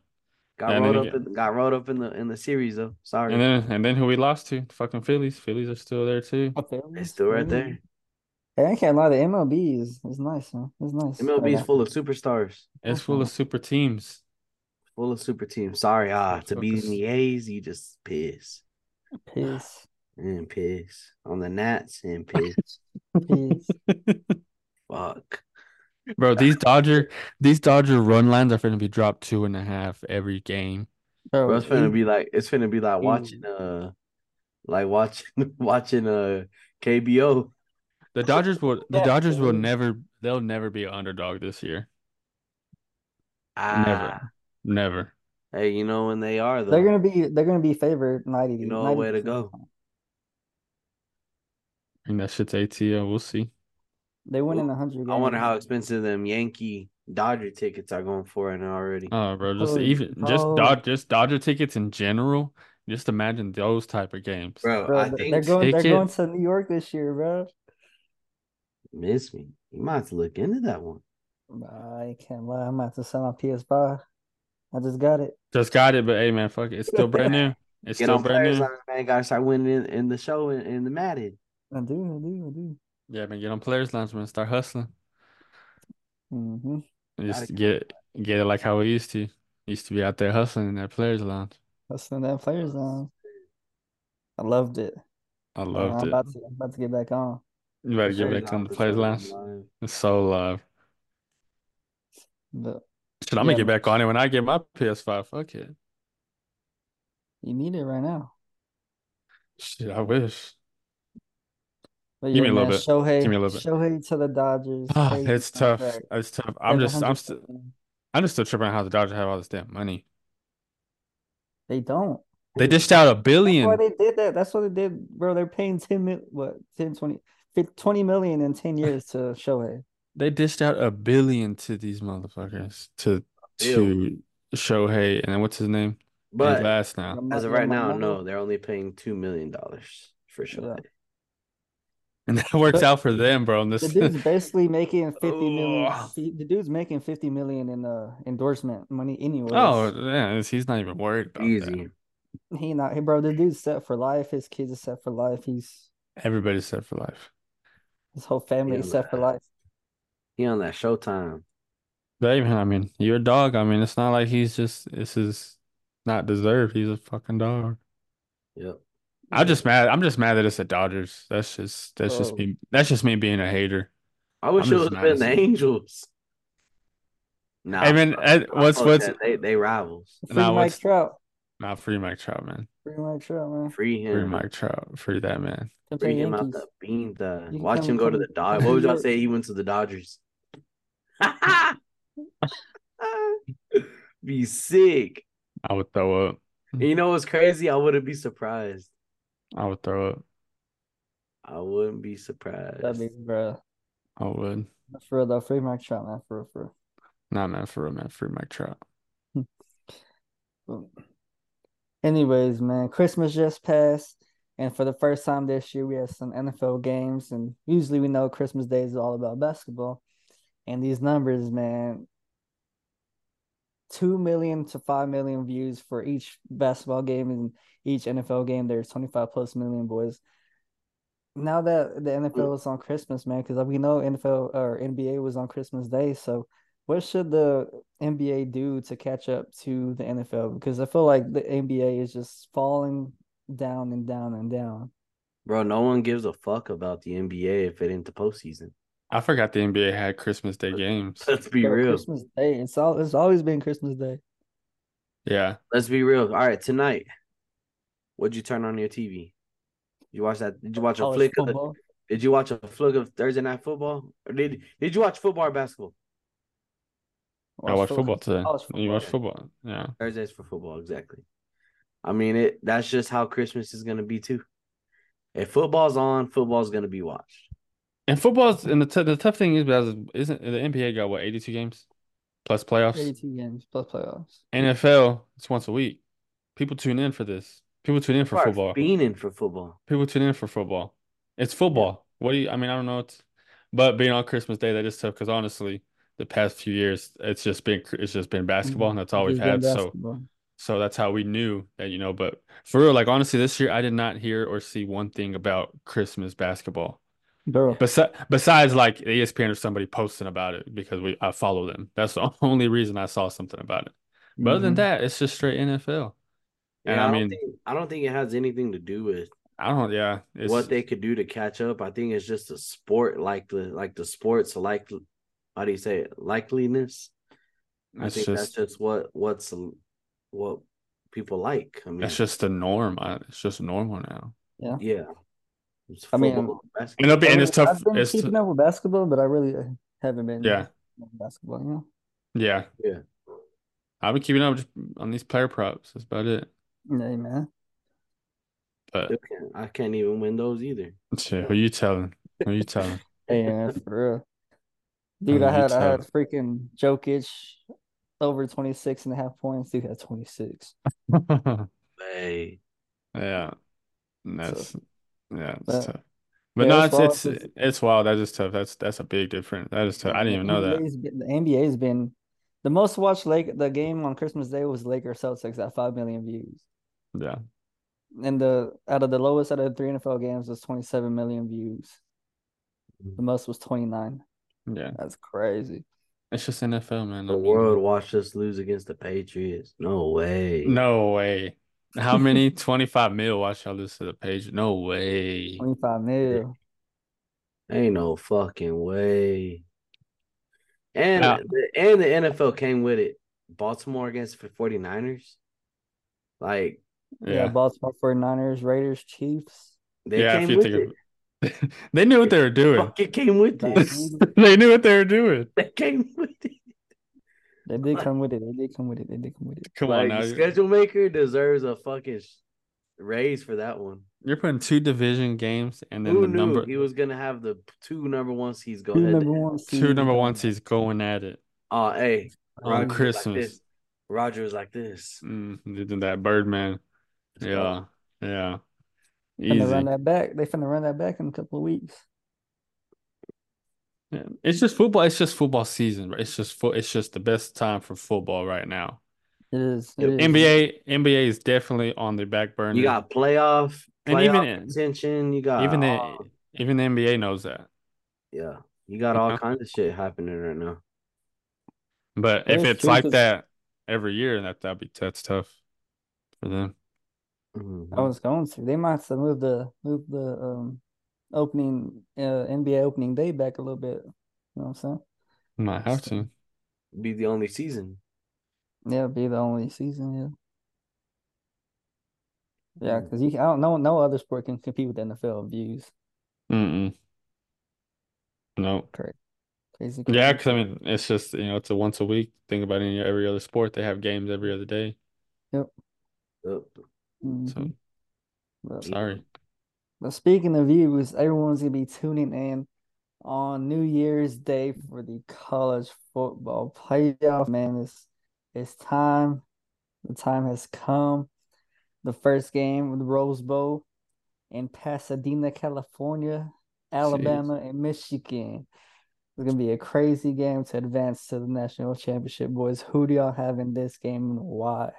got
And then
rolled up.
again-
In, got rolled up in the in the series though. Sorry,
And then and then who we lost to? The fucking Phillies. Phillies are still there too.
Oh,
Up there,
it's still right
Mhm.
there.
Hey, I can't lie, the MLB is, is nice, man. It's nice.
MLB is full of superstars,
It's full of
oh.
super teams.
full of super teams. Sorry, ah, to be in the A's, you just piss
piss.
and piss on the Nats and piss.
Piss.
Fuck.
Bro, these Dodger these Dodger run lines are gonna be dropped two and a half every game.
Bro, it's gonna
it-
be like it's gonna be like watching uh like watching watching uh KBO.
The Dodgers will the
Yeah,
Dodgers will
dude.
never they'll never be an underdog this year.
Ah,
Never.
hey, you know when they are though.
they're gonna be they're gonna be favored ninety.
You know a way to go.
And that shit's ATL. We'll see.
They win in a hundred.
I wonder how expensive them Yankee Dodger tickets are going for right now already.
Um,
Oh, bro, just
Holy
even just
cow.
Dod just Dodger tickets in general. Just imagine those type of games.
bro,
Bro,
I
they're-
think
they're going. They're
ticket-
going to New York this year, bro.
miss me. You might have to look into that one.
Nah, I can't lie. I'm about to sell my PS5. I just got it.
Just got it, but hey, man, fuck it. It's still brand new. It's
Get
still
on
brand
players
new.
line, man. Gotta start winning in, in the show in, in the Madden.
I do. I do. I do.
Yeah, man, get on players lounge, man. Start hustling.
Mm-hmm.
And
Gotta
just
get
get get it like how we used to. Used to be out there hustling in that players lounge.
That's in that players zone. I loved it.
I
Uh,
loved
I'm
it.
about to, I'm about to get back on.
You better get
Players
back on the
lounge
players
is
lounge.
online.
It's so live.
But
Shit, I'm gonna
Yeah,
get
man.
back on it when I get my PS5. Fuck it.
you need it right now.
Shit, I wish.
But
Give me a little
man,
bit.
Shohei,
me a little bit.
Shohei to the Dodgers.
Ah,
crazy
it's tough.
contract.
It's tough. I'm
That's
just I'm
100%,
still
man.
I'm just still tripping on how the Dodgers have all this damn money.
They don't.
They dished out a
That's why
billion.
they did that. That's what they did, bro. They're paying 10 mil, what, 10, 20, 50, 20 million in 10 years to Shohei.
They dished out a billion to these motherfuckers to
Ew.
to Shohei and then what's his name? He's
But
last now.
as of right now, no, they're only paying two million dollars for sure.
And that works
But-
out for them, bro. And
The
this
dude's basically making 50 million.
Ugh.
The dude's making 50 million in uh, endorsement money anyways.
Oh, yeah, it's- he's not even worried about that.
Easy.
He not, hey, bro, the dude's set for life. His kids are set for life. He's,
Everybody's set for life.
his whole family
Yeah,
is set for
man.
life.
He on that Showtime.
David, I mean, you're a dog. I mean, it's not like he's just this is not deserved. He's a fucking dog.
Yep.
I'm just mad. I'm just mad that it's the Dodgers. That's just that's just
Oh.
me. That's just me being a hater.
I wish
I'm
it
just
would have been the
mad.
Angels. Nah,
I mean,
fuck-
eh, what's-
fuck
what's-
that. they they rivals?
Free
Nah,
Mike
what's-
Trout.
Not free Mike Trout, man.
Free Mike Trout, man.
Free
Free
him.
Mike Trout. Free that man.
Come play
Free him out
Yankees.
the bean. The
You can
watch
come-
him go to
come-
the Dodgers. What would y'all
Yeah.
say he went to the Dodgers? Be sick.
I would throw up.
And you know what's crazy? I wouldn't be surprised.
I would throw up.
I wouldn't be surprised.
That'd be bro.
I would.
For real though, free Mike Trout, man. For real, for
Not man for real, man. Free Mike Trout.
real. Anyways, man, Christmas just passed, and for the first time this year, we had some NFL games, and usually we know Christmas Day is all about basketball, and these numbers, man. Two million to five million views for each basketball game and each NFL game. There's 25 plus million boys. Now that the NFL is on Christmas, man, because we know NFL or NBA was on Christmas Day. So, what should the NBA do to catch up to the NFL? Because I feel like the NBA is just falling down and down and down.
Bro, no one gives a fuck about the NBA if it ain't the postseason.
I forgot the NBA had Christmas Day games.
Let's be
Bro,
real.
Christmas Day. It's all. It's always been Christmas Day.
Yeah.
Let's be real. All right, tonight, what'd you turn on your TV? You watch that? Did you
Oh,
watch a
College
flick of the,
football.
Did you watch a flick of Thursday night football? Or did Did you watch football or basketball?
I watched football today.
College
You
football.
watch football. Yeah.
Thursdays for football, exactly. I mean, it. That's just how Christmas is gonna be too. If football's on, football's gonna be watched.
And football's and the t- the tough thing is because isn't the NBA got what 82 games plus playoffs?
82 games plus playoffs.
NFL, it's once a week. People tune in for this. People tune in for
People are
football.
fiending for football.
People tune in for football. It's football. What do you, I mean, I don't know. It's, but being on Christmas Day, that is tough because honestly, the past few years, it's just been, it's just been basketball and that's all we've
Just been
had. So,
basketball.
so that's how we knew that, you know, but for real, like honestly, this year, I did not hear or see one thing about Christmas basketball.
bro,
Besi- besides like E ESPN or somebody posting about it because we I follow them. That's the only reason I saw something about it. But other than
Mhm.
that, it's just straight NFL. And
Yeah,
I
I,
mean-
don't think, I don't think it has anything to do with
I don't yeah, it's
what they could do to catch up. I think it's just a sport like the like the sports like how do you say it likeliness. I
it's
think that's
just
just what what's what people like. I mean,
that's just the norm. I, it's just normal now.
yeah. It's
I mean,
football,
And
basketball.
it'll be and it's tough
I've been
it's t-
keeping up with basketball, but I really haven't been.
yeah,
with basketball. You know.
yeah.
Mm-hmm. Yeah.
I've been keeping up just on these player props. That's about it.
Hey, man.
But
I can't- I can't even win those either.
shit, who you telling? Who you telling?
Hey, man, for real. Dude,
Oh,
I
you
had I had
tell-
freaking Jokic over 26 and a half points. Dude had 26.
Hey,
Yeah. And That's yeah, it's
But-
tough. But
yeah,
no,
that's
it's
wild,
it's it's wild. That is tough. That's that's a big difference. That is tough. I didn't even know that.
NBA's been- the NBA's been the most watched Lake the game on Christmas Day was Lakers Celtics at five million views.
Yeah.
And the out of the lowest out of the three NFL games was 27 million views.
Mm-hmm.
The most was 29.
Yeah.
That's crazy.
It's just NFL, man. I
the
mean,
world watched us lose against the Patriots. No way.
No way. How many 25 mil watch y'all lose to the page? No way.
25 mil.
Ain't no fucking way. And
Yeah.
the, and the NFL came with it. Baltimore against the 49ers. Like
Yeah,
Yeah.
Baltimore 49ers, Raiders, Chiefs.
they
Yeah, if
came
you
with
think of
it.
it. They knew what they were doing.
Fucking came with
They
it.
They knew what they were doing.
They came with it.
They did come with it. They did come with it. They did come with it.
Come
Like
on now.
the
You're,
schedule maker deserves a fucking sh- raise for that one.
you're putting two division games and then
Who
the
knew
number
he was gonna have the two number one seeds go
Two
ahead?
number one
two
seeds
number
going
one
on.
seeds going at it
Oh, hey,
on
Rodgers was
Christmas.
Like this. Roger was like this.
Mm, they did that Birdman. Yeah. Yeah.
Finna
Easy.
run that back. They finna run that back in a couple of weeks.
Yeah, it's just football. It's just football season. right? It's just fo- It's just the best time for football right now.
It is. it
Yep.
is.
NBA, NBA is definitely on the back burner.
You got playoff,
And
playoff
even in-
contention. You got
even the
all-
even the NBA knows that.
yeah. You got
You
all
know?
kinds of shit happening right now.
But
Yeah,
if
it's
it's
true,
like
'cause-
that every year, that that'd be that's tough for them.
Oh.
Mhm.
I was going through. They might have to move the move the um opening uh, NBA opening day back a little bit. You know what I'm saying?
Might have to.
Be the only season.
Yeah, it'd be the only season. Yeah, yeah,
Mm.
because you I don't know no other sport can compete with the NFL in views.
Mm-mm. No.
Crazy. crazy.
Yeah, because I mean, it's just you know, it's a once a week. Think about any every other sport, they have games every other day.
Yep.
So
Mhm. But-
sorry.
But speaking of views, everyone's gonna be tuning in on New Year's Day for the college football playoff. Man, it's it's time. The time has come. The first game with the Rose Bowl in Pasadena, California, Alabama, and Michigan. It's gonna be a crazy game to advance to the national championship, boys. Who do y'all have in this game and why?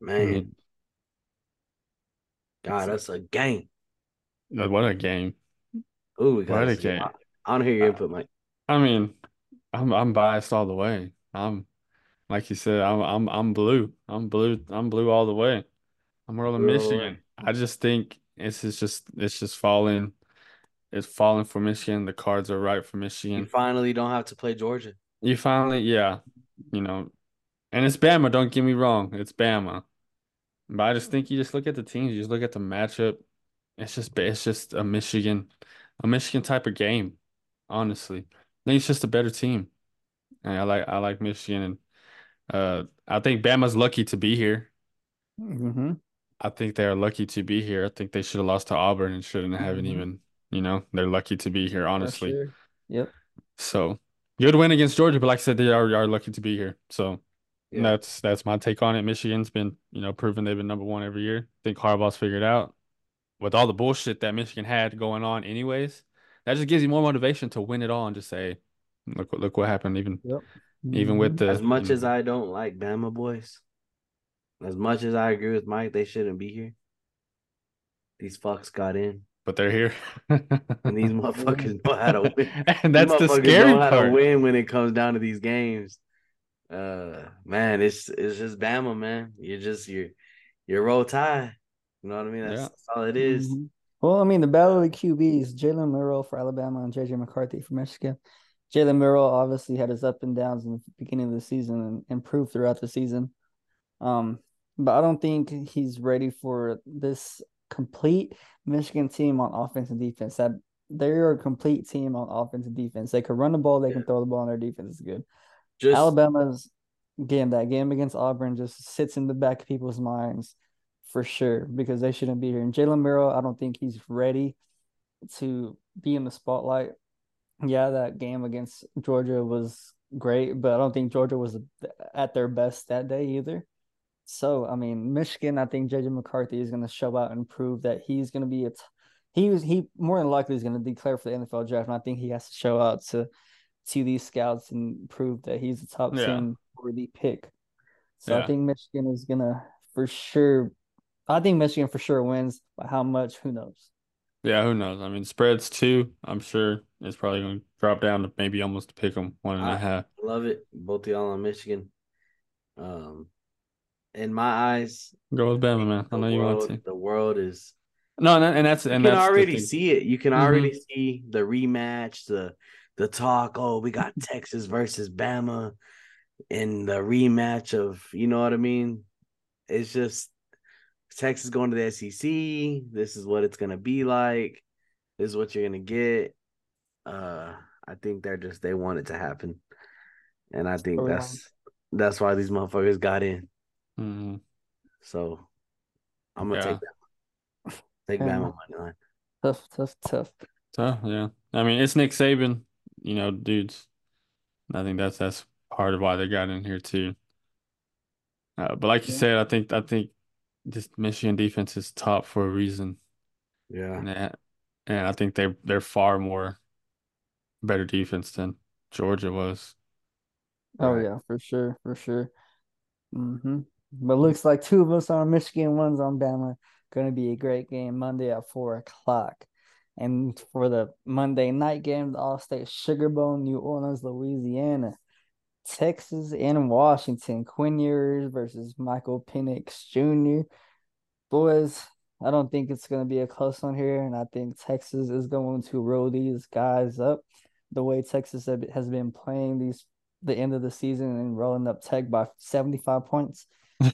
Man,
Mm.
God, that's a game.
Uh, What a game.
Ooh, we
What
got
a
us-
game. Uh,
I, I don't hear your input, Mike.
I mean, I'm I'm biased all the way. I'm like you said, I'm I'm I'm blue. I'm blue. I'm blue all the way. I'm rolling
Blue all the way.
Michigan. I just think it's is just it's just falling. It's falling for Michigan. The cards are right for
You
Michigan.
finally don't have to play Georgia.
You finally, yeah, you know, and it's Bama. Don't get me wrong, it's Bama. But I just think you just look at the teams, you just look at the matchup. It's just ba- it's just a Michigan, a Michigan type of game, honestly. I think it's just a better team. And I like I like Michigan and uh I think Bama's lucky to be here.
Mm-hmm.
I think they are lucky to be here. I think they should have lost to Auburn and shouldn't haven't
Mhm.
even, you know, they're lucky to be here, honestly.
Yep.
So good win against Georgia, but like I said, they are, are lucky to be here. So
Yeah.
that's that's my take on it. Michigan's been, you know, proven they've been number one every year. I think Harbaugh's figured out with all the bullshit that Michigan had going on anyways. That just gives you more motivation to win it all and just say, look what look what happened even
Yep.
even with
Mhm.
the
Mm-hmm. As much
you
as
know,
I don't like Bama boys, as much as I agree with Mike, they shouldn't be here. These fucks got in,
but they're here.
and these motherfuckers know how to win.
And that's
These
the
motherfuckers
scary
know how to
part.
win when it comes down to these games. Uh, man, it's it's just Bama, man. You're just you're you're roll tie. You know what I mean? That's,
Yeah. Mm-hmm.
that's all it is.
Mhm. Well, I mean, the battle of the QBs, Jalen Murrow for Alabama and JJ McCarthy for Michigan. Jalen Murrow obviously had his up and downs in the beginning of the season and improved throughout the season. Um, but I don't think he's ready for this complete Michigan team on offense and defense. That they're a complete team on offense and defense. They can run the ball, they can
Yeah.
throw the ball, and their defense is good.
Just
Alabama's game, that game against Auburn, just sits in the back of people's minds for sure because they shouldn't be here. And Jalen Murrow, I don't think he's ready to be in the spotlight. Yeah, that game against Georgia was great, but I don't think Georgia was at their best that day either. So, I mean, Michigan, I think JJ McCarthy is going to show out and prove that he's going to be a. T- he was he more than likely is going to declare for the NFL draft, and I think he has to show out to to these scouts and prove that he's a top
Yeah.
ten worthy pick. So
Yeah.
I think Michigan is gonna for sure. I think Michigan for sure wins, but how much? Who knows?
Yeah, who knows? I mean, spreads two. I'm sure it's probably going to drop down to maybe almost pick them one and
I-
a half.
love it. Both of y'all on Michigan. Um, in my eyes,
Go with Bama, man.
the
I know you want
world,
to.
the world is
No, and, that- and that's
you
and
can
that's the
already
thing.
see it. You can
Mhm.
already see the rematch, the the talk. Oh, we got Texas versus Bama, and the rematch of you know what I mean. It's just Texas going to the SEC. This is what it's gonna be like. This is what you're gonna get. Uh, I think they're just they want it to happen, and I think
Oh,
Storyline.
that's that's why these motherfuckers got in.
Mhm.
So I'm gonna take that. Take
Fair
Bama
enough.
money line.
Tough, tough, tough.
So yeah, I mean, it's Nick Saban, you know, dudes. I think that's that's part of why they got in here too. Uh, but like you
Yeah.
said, I think I think this Michigan defense is top for a reason,
Yeah.
and that, and I think they they're far more better defense than Georgia was.
Oh
Right.
yeah, for sure, for sure. hmm But looks like two of us on Michigan, one's on Bama. Going to be a great game Monday at four o'clock. And for the Monday night game, the All-State Sugarbone, New Orleans, Louisiana, Texas, and Washington. Quinn Ewers versus Michael Penix Jr. Boys, I don't think it's going to be a close one here, and I think Texas is going to roll these guys up. The way Texas has been playing these the end of the season and rolling up Tech by seventy five points,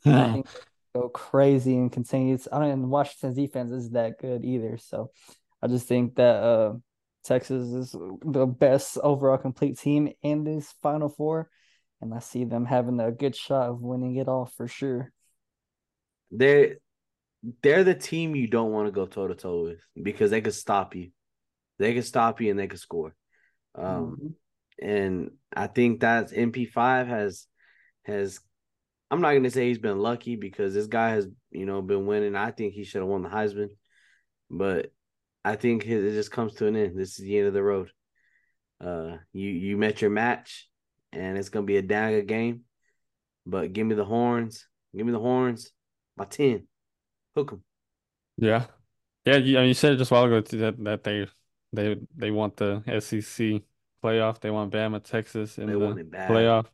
I think go crazy and continue. It's, I don't mean, Washington's defense is that good either, so I just think that uh, Texas is the best overall complete team in this Final Four, and I see them having a good shot of winning it all for sure.
They they're the team you don't want to go toe to toe with because they could stop you. They could stop you and they could score.
Mm.
Um, mm-hmm. and I think that MP5 has has I'm not gonna say he's been lucky because this guy has, you know, been winning. I think he should have won the Heisman. But I think his, it just comes to an end. This is the end of the road. Uh you you met your match and it's gonna be a dagger game. But give me the horns. Give me the horns by ten hook them.
Yeah, yeah. You, I mean, you said just a while ago that that they they they want the SEC playoff. They want Bama, Texas in they the playoff.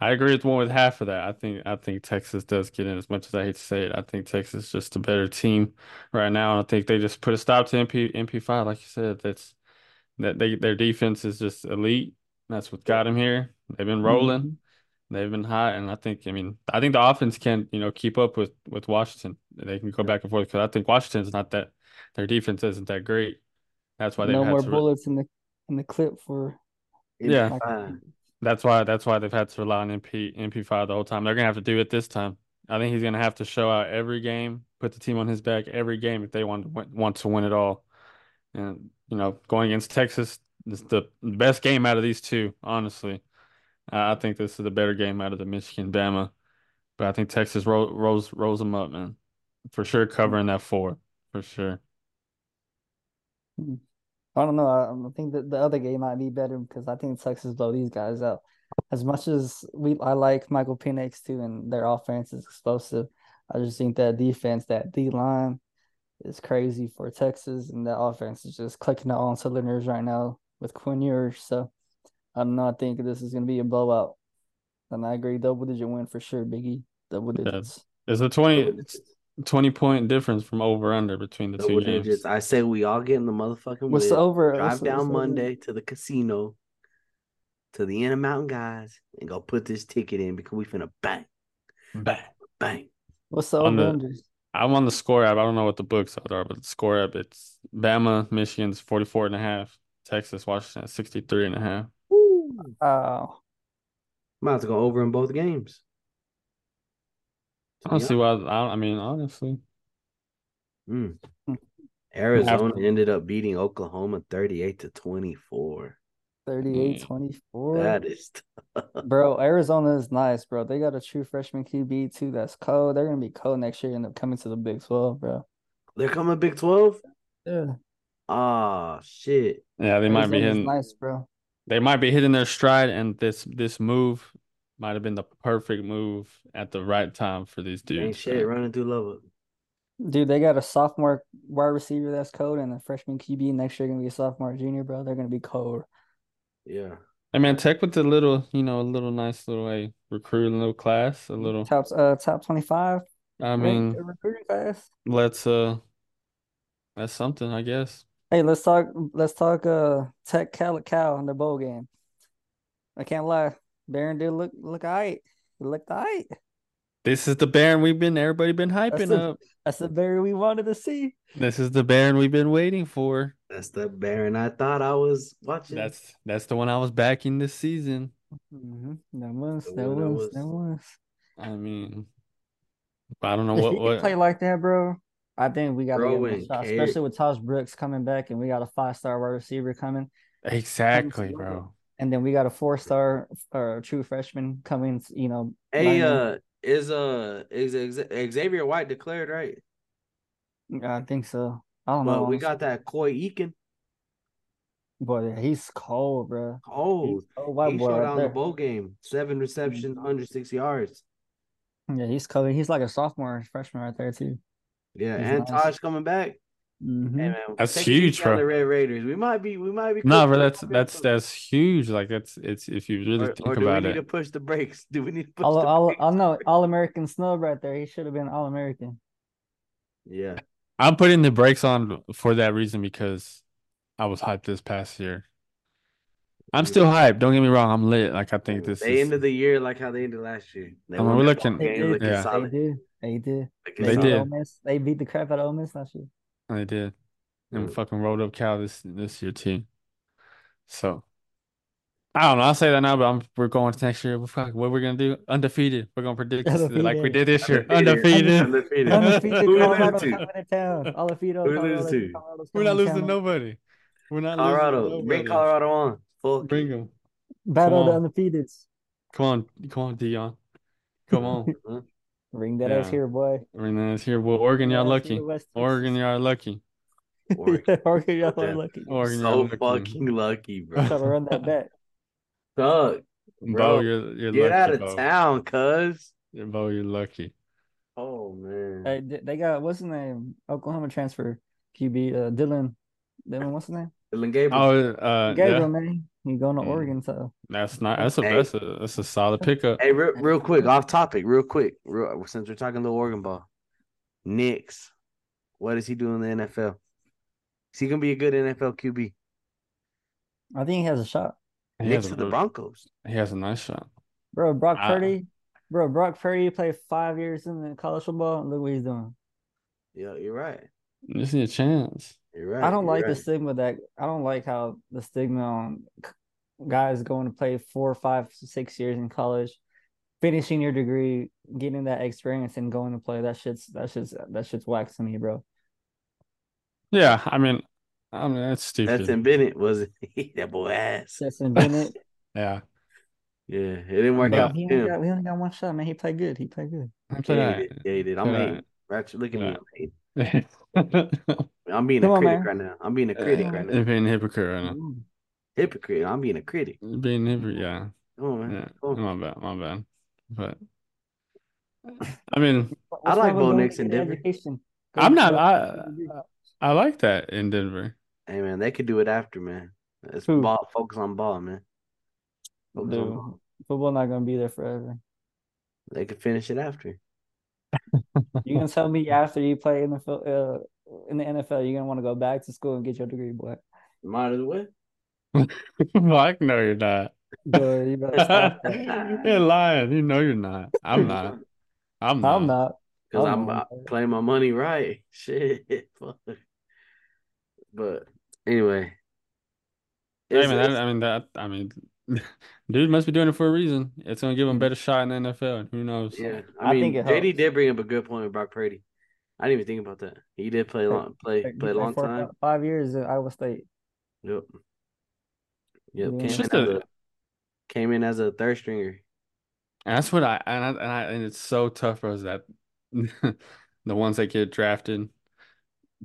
I agree with one with half of that. I think I think Texas does get in. As much as I hate to say it, I think Texas is just a better team right now, and I think they just put a stop to MP MP five. Like you said, that's that they their defense is just elite. That's what got them here. They've been rolling. Mm-hmm they've been hot and i think i mean i think the offense can you know keep up with with washington they can go back and forth because i think washington's not that their defense isn't that great that's why they
no more bullets re- in the in the clip for
yeah uh, that's why that's why they've had to rely on mp mp5 the whole time they're gonna have to do it this time i think he's gonna have to show out every game put the team on his back every game if they want to win, want to win it all and you know going against texas is the best game out of these two honestly I think this is the better game out of the Michigan Bama, but I think Texas ro- rolls rolls them up, man, for sure. Covering that four, for sure.
I don't know. I, I think that the other game might be better because I think Texas blow these guys out. As much as we, I like Michael Penix too, and their offense is explosive. I just think that defense, that D line, is crazy for Texas, and that offense is just clicking on cylinders right now with Quinn Ewers. So. I'm not thinking this is going to be a blowout. And I agree, double digit win for sure, Biggie. Double digits.
Yeah. It's a 20, 20 point difference from over under between the double two digits. games.
I say we all get in the motherfucking
What's win. over?
Drive
what's
down
what's
Monday over? to the casino, to the Intermountain guys, and go put this ticket in because we finna bang, bang, bang.
What's the over under?
I'm on the score app. I don't know what the books are, but the score app, it's Bama, Michigan's 44 and a half, Texas, Washington, 63 and a half.
Oh.
Might have to go over in both games.
I don't see why. I, I mean, honestly.
Mm. Arizona to... ended up beating Oklahoma 38 to 24.
38 24.
Mm. That is
tough. Bro, Arizona is nice, bro. They got a true freshman QB, too. That's cold. They're going to be cold next year and they're coming to the Big 12, bro.
They're coming Big 12?
Yeah.
Ah, oh, shit.
Yeah, they Arizona's might be hitting.
nice, bro
they might be hitting their stride and this this move might have been the perfect move at the right time for these dudes.
Ain't shit running through love.
Dude, they got a sophomore wide receiver that's cold and a freshman QB next year gonna be a sophomore junior, bro. They're gonna be cold.
Yeah.
I mean Tech with a little, you know, a little nice little a recruiting little class, a little
top uh top twenty five.
I mean
recruiting class.
Let's uh that's something, I guess.
Hey, let's talk. Let's talk. Uh, Tech Cal Cal in the bowl game. I can't lie, Baron did look look alright. He looked alright.
This is the Baron we've been. Everybody been hyping
that's the,
up.
That's the Baron we wanted to see.
This is the Baron we've been waiting for.
That's the Baron I thought I was watching.
That's that's the one I was backing this season.
Mm-hmm. That was that was that was.
I mean, I don't know what
if
what
play like that, bro. I think we got to get a shot, cared. especially with Taj Brooks coming back, and we got a five star wide receiver coming.
Exactly, bro.
And then we got a four star or true freshman coming. You know,
hey, lineman. uh, is uh is, is Xavier White declared right?
I think so. I don't
well,
know.
We got that Coy Eakin.
Boy, he's cold, bro.
Cold. Oh,
white
he
boy
showed
right
out
there.
the bowl game. Seven receptions, mm-hmm. 106 yards.
Yeah, he's cold. He's like a sophomore freshman right there too.
Yeah, he's and nice. Taj coming back.
Mhm.
Hey, man,
That's
take it easy
huge,
on
bro.
The Red Raiders. We might be. We might be.
No,
cooking.
bro, that's
Or-
that's that's huge. Like that's it's if you really
Or,
think
or do we
about
need to
it.
push the brakes? Do we need to push
All,
the
all,
brakes?
all, no, all American snub right there. He should have been all American.
Yeah.
I'm putting the brakes on for that reason because I was hyped this past year. I'm
Yeah.
still hyped. Don't get me wrong. I'm lit. Like I think this
they
is
ended the year like how they ended last year. They
I mean,
won
we're
that
looking-
ball
They
game
did.
looking
Yeah.
They
solid.
did. They did.
Looking
They
beat
solid.
did.
Ole Miss. They beat the crap out of Ole Miss last year.
I did. And
Mm.
fucking rolled up Cal this this year too. So I don't know. I'll say that now, but I'm, we're going to next year. But fuck, what we're gonna do? Undefeated. We're gonna predict this, like we
Undefeated.
did this year.
Undefeated. Undefeated.
Undefeated.
Undefeated
Who we
Colorado
lose to?
coming to town. Undefeated
Who we
Colorado.
lose to?
Colorado's
We're
coming
not losing
town.
nobody. We're not losing
Colorado.
nobody.
Bring Colorado on. Full
Bring 'em.
Battle of
Come
the undefeateds.
Come on, come on, Dion. Come on.
Mm-hmm.
Ring that ass
Yeah.
here, boy.
I mean, that's here. Well, Oregon,
Ring
y'all
that ass here
lucky.
to West
Oregon, y'all are lucky.
Texas. Yeah, Oregon, y'all
Yeah.
are lucky.
Oregon, y'all
So
are lucky.
fucking lucky, bro.
Trying to run that back.
Suck.
Bo,
Bro,
you're you're
Get
lucky.
out of
Bo.
town, cuz.
Bo, you're lucky.
Oh man.
Hey, th- they got what's his name? Oklahoma transfer QB uh, Dylan. Dylan, what's his name?
Dylan Gabriel.
Oh, uh,
Gabriel,
yeah,
man. He going to
Mm.
Oregon, so
that's not that's a
Hey.
that's a that's a solid pickup.
Hey, real, real quick, off topic, real quick. Real, since we're talking little Oregon ball, Knicks, what does he do in the NFL? Is he gonna be a good NFL QB?
I think he has a shot.
He
Knicks
has, a,
to the
really-
Broncos.
he has a nice shot.
Bro, Brock
I-
Purdy. Bro, Brock Purdy played five years in the college football. and Look what he's doing.
Yeah, you're right.
This is a chance.
You're right.
I don't
you're
like the
right.
stigma that I don't like how the stigma on c- guys going to play four, five, six years in college, finishing your degree, getting that experience, and going to play. That shit's that shit's that shit's wax to me, bro.
Yeah, I mean, I mean that's stupid.
That's in Bennett, was it? that boy ass.
Stetson Bennett.
yeah,
Yeah, it didn't work
bro,
out.
he
for
only
him.
got, he only got one shot, man. He played good. He played good.
that's all
Yeah,
right.
he did. Yeah, he did. I'm
Alright.
hating. Actually, look at me. I'm, hating.
You're
I'm being
Come
a
on,
critic
man.
right now. I'm being a critic right now.
being a hypocrite right now.
Ooh.
Hypocrite. I'm being a critic.
You're Being a hypocrite, yeah.
Come on, man.
Yeah,
Come on.
my bad, my bad. But I mean,
What's
I like
wrong with
Bo
going to
Nix and
get an
Denver.
education? Go
I'm
to
not.
college, get
I uh,
a degree.
I like that in Denver.
Hey man, they could do it after, man. It's
Who?
ball focus on ball, man. Focus on
Dude,
ball.
football not gonna be there forever.
They could finish it after.
You gonna tell me after you play in the fil- uh, in the NFL, you're gonna want to go back to school and get your degree, boy?
Might as well.
Fuck no, you're not.
Boy, you better stop that.
You're lying. You know you're not. I'm not. I'm not.
I'm not.
Because
I'm
I'm, i
on
playing my money right. Shit. Fuck. But anyway.
I
It's-
mean,
it's-
that, I mean that. I mean, dude must be doing it for a reason. It's gonna give him a
Mhm.
better shot in the NFL. And who knows?
yeah.
I
I mean,
think it
JD
helps.
did bring up a good point with Brock Purdy. I didn't even think about that. He did play long play
Like, you
play a
played
long
four-
time.
Five years uh, at Iowa State.
Yep.
Yeah.
Yep. Came
It's
in,
just
as
a-
a, came in as a third stringer.
And that's what I and I, and I and it's so tough, bro. Is that the ones that get drafted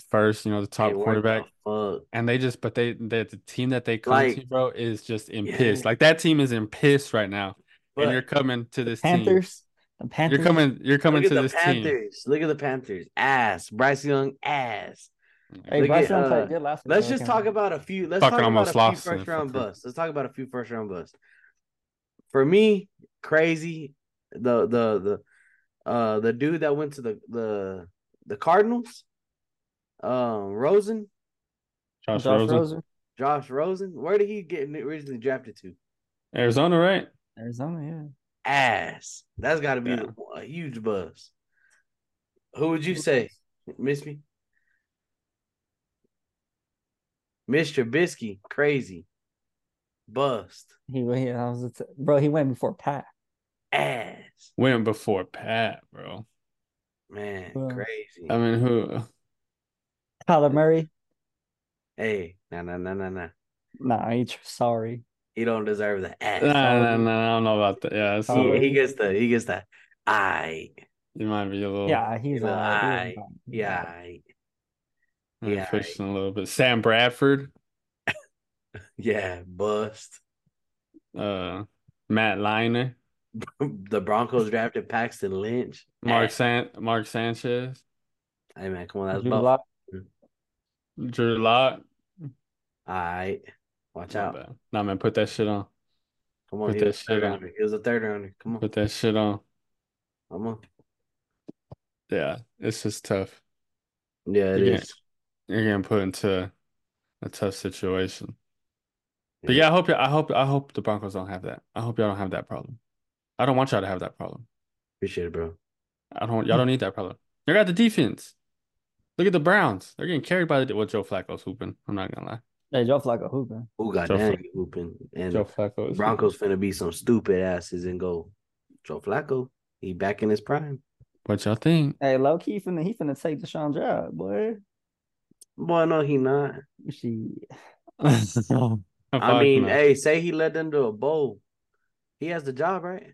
first? You know, the top
Ain't worked
quarterback.
the Fuck.
And they just, but they, they the team that they come to,
Like-
bro, is just in
Yeah.
piss. Like that team is in piss right now.
But
and you're coming to this team.
Panthers. The Panthers.
You're coming. You're coming
look
to
at
this
the Panthers. Look at the Panthers. Ass. Bryce Young ass.
team.
Hey,
Look
Bryce
at,
Young
uh,
played good last
Let's
week.
just talk about a few. Let's
Fucking
talk about
almost
a few
lost to
first round
fucking-
busts. Let's talk about a few first round busts. For me, crazy. The the the uh the dude that went to the the the Cardinals, um Rosen,
Josh,
Josh
Rosen,
Rosen,
Josh Rosen. Where did he get originally drafted to?
Arizona, right?
Arizona. Yeah.
Ass. That's got to be
Yeah.
a huge buzz. Who would you say? Miss me, Mister Bisky, crazy, bust,
He, he I was a t- bro. He went before Pat.
ass,
Went before Pat, bro.
man,
Well,
crazy.
I mean, who?
Kyler Murray.
Hey, no, no, no, no, no.
Nah, he tr- sorry.
He don't deserve the ass.
Nah, nah, nah, I don't know about that. Yeah, it's a-
He,
Sorry.
he gets the he gets the I
it might be a little,
Yeah, he's uh,
know,
alright, he's
I-
alright, he's alright.
yeah
I'm
yeah.
fishing a little bit. Sam Bradford,
yeah bust.
uh, Matt Liner,
The Broncos drafted Paxton Lynch.
Mark
Ass.
San, Mark Sanchez.
Hey man, come on, that's
Drew
Buffalo.
Lock.
Drew Lock.
All right. Watch out.
Nah, man, put that shit on.
Come on.
Put
He was,
that
a
shit
third
on.
rounder. he was a third rounder. Come on.
Put that shit on.
Come on.
Yeah, it's just tough.
Yeah, it
You
is.
can't- You're getting put into a tough situation. But yeah, I hope I hope I hope the Broncos don't have that. I hope y'all don't have that problem. I don't want y'all to have that problem.
Appreciate it, bro.
I don't y'all don't need that problem. You got the defense. Look at the Browns. They're getting carried by the well, Joe Flacco's hooping. I'm not gonna lie.
Hey, Joe Flacco hooping.
Oh, god
Joe
damn,
Fla-
you hooping. And
Joe Flacco is
Broncos finna be some stupid asses and go, Joe Flacco, he back in his prime.
What y'all think?
Hey, low key, finna, he finna take Deshaun job, boy.
Boy, no, he not.
She,
I mean, hey, say he led them to a bowl. He has the job, right?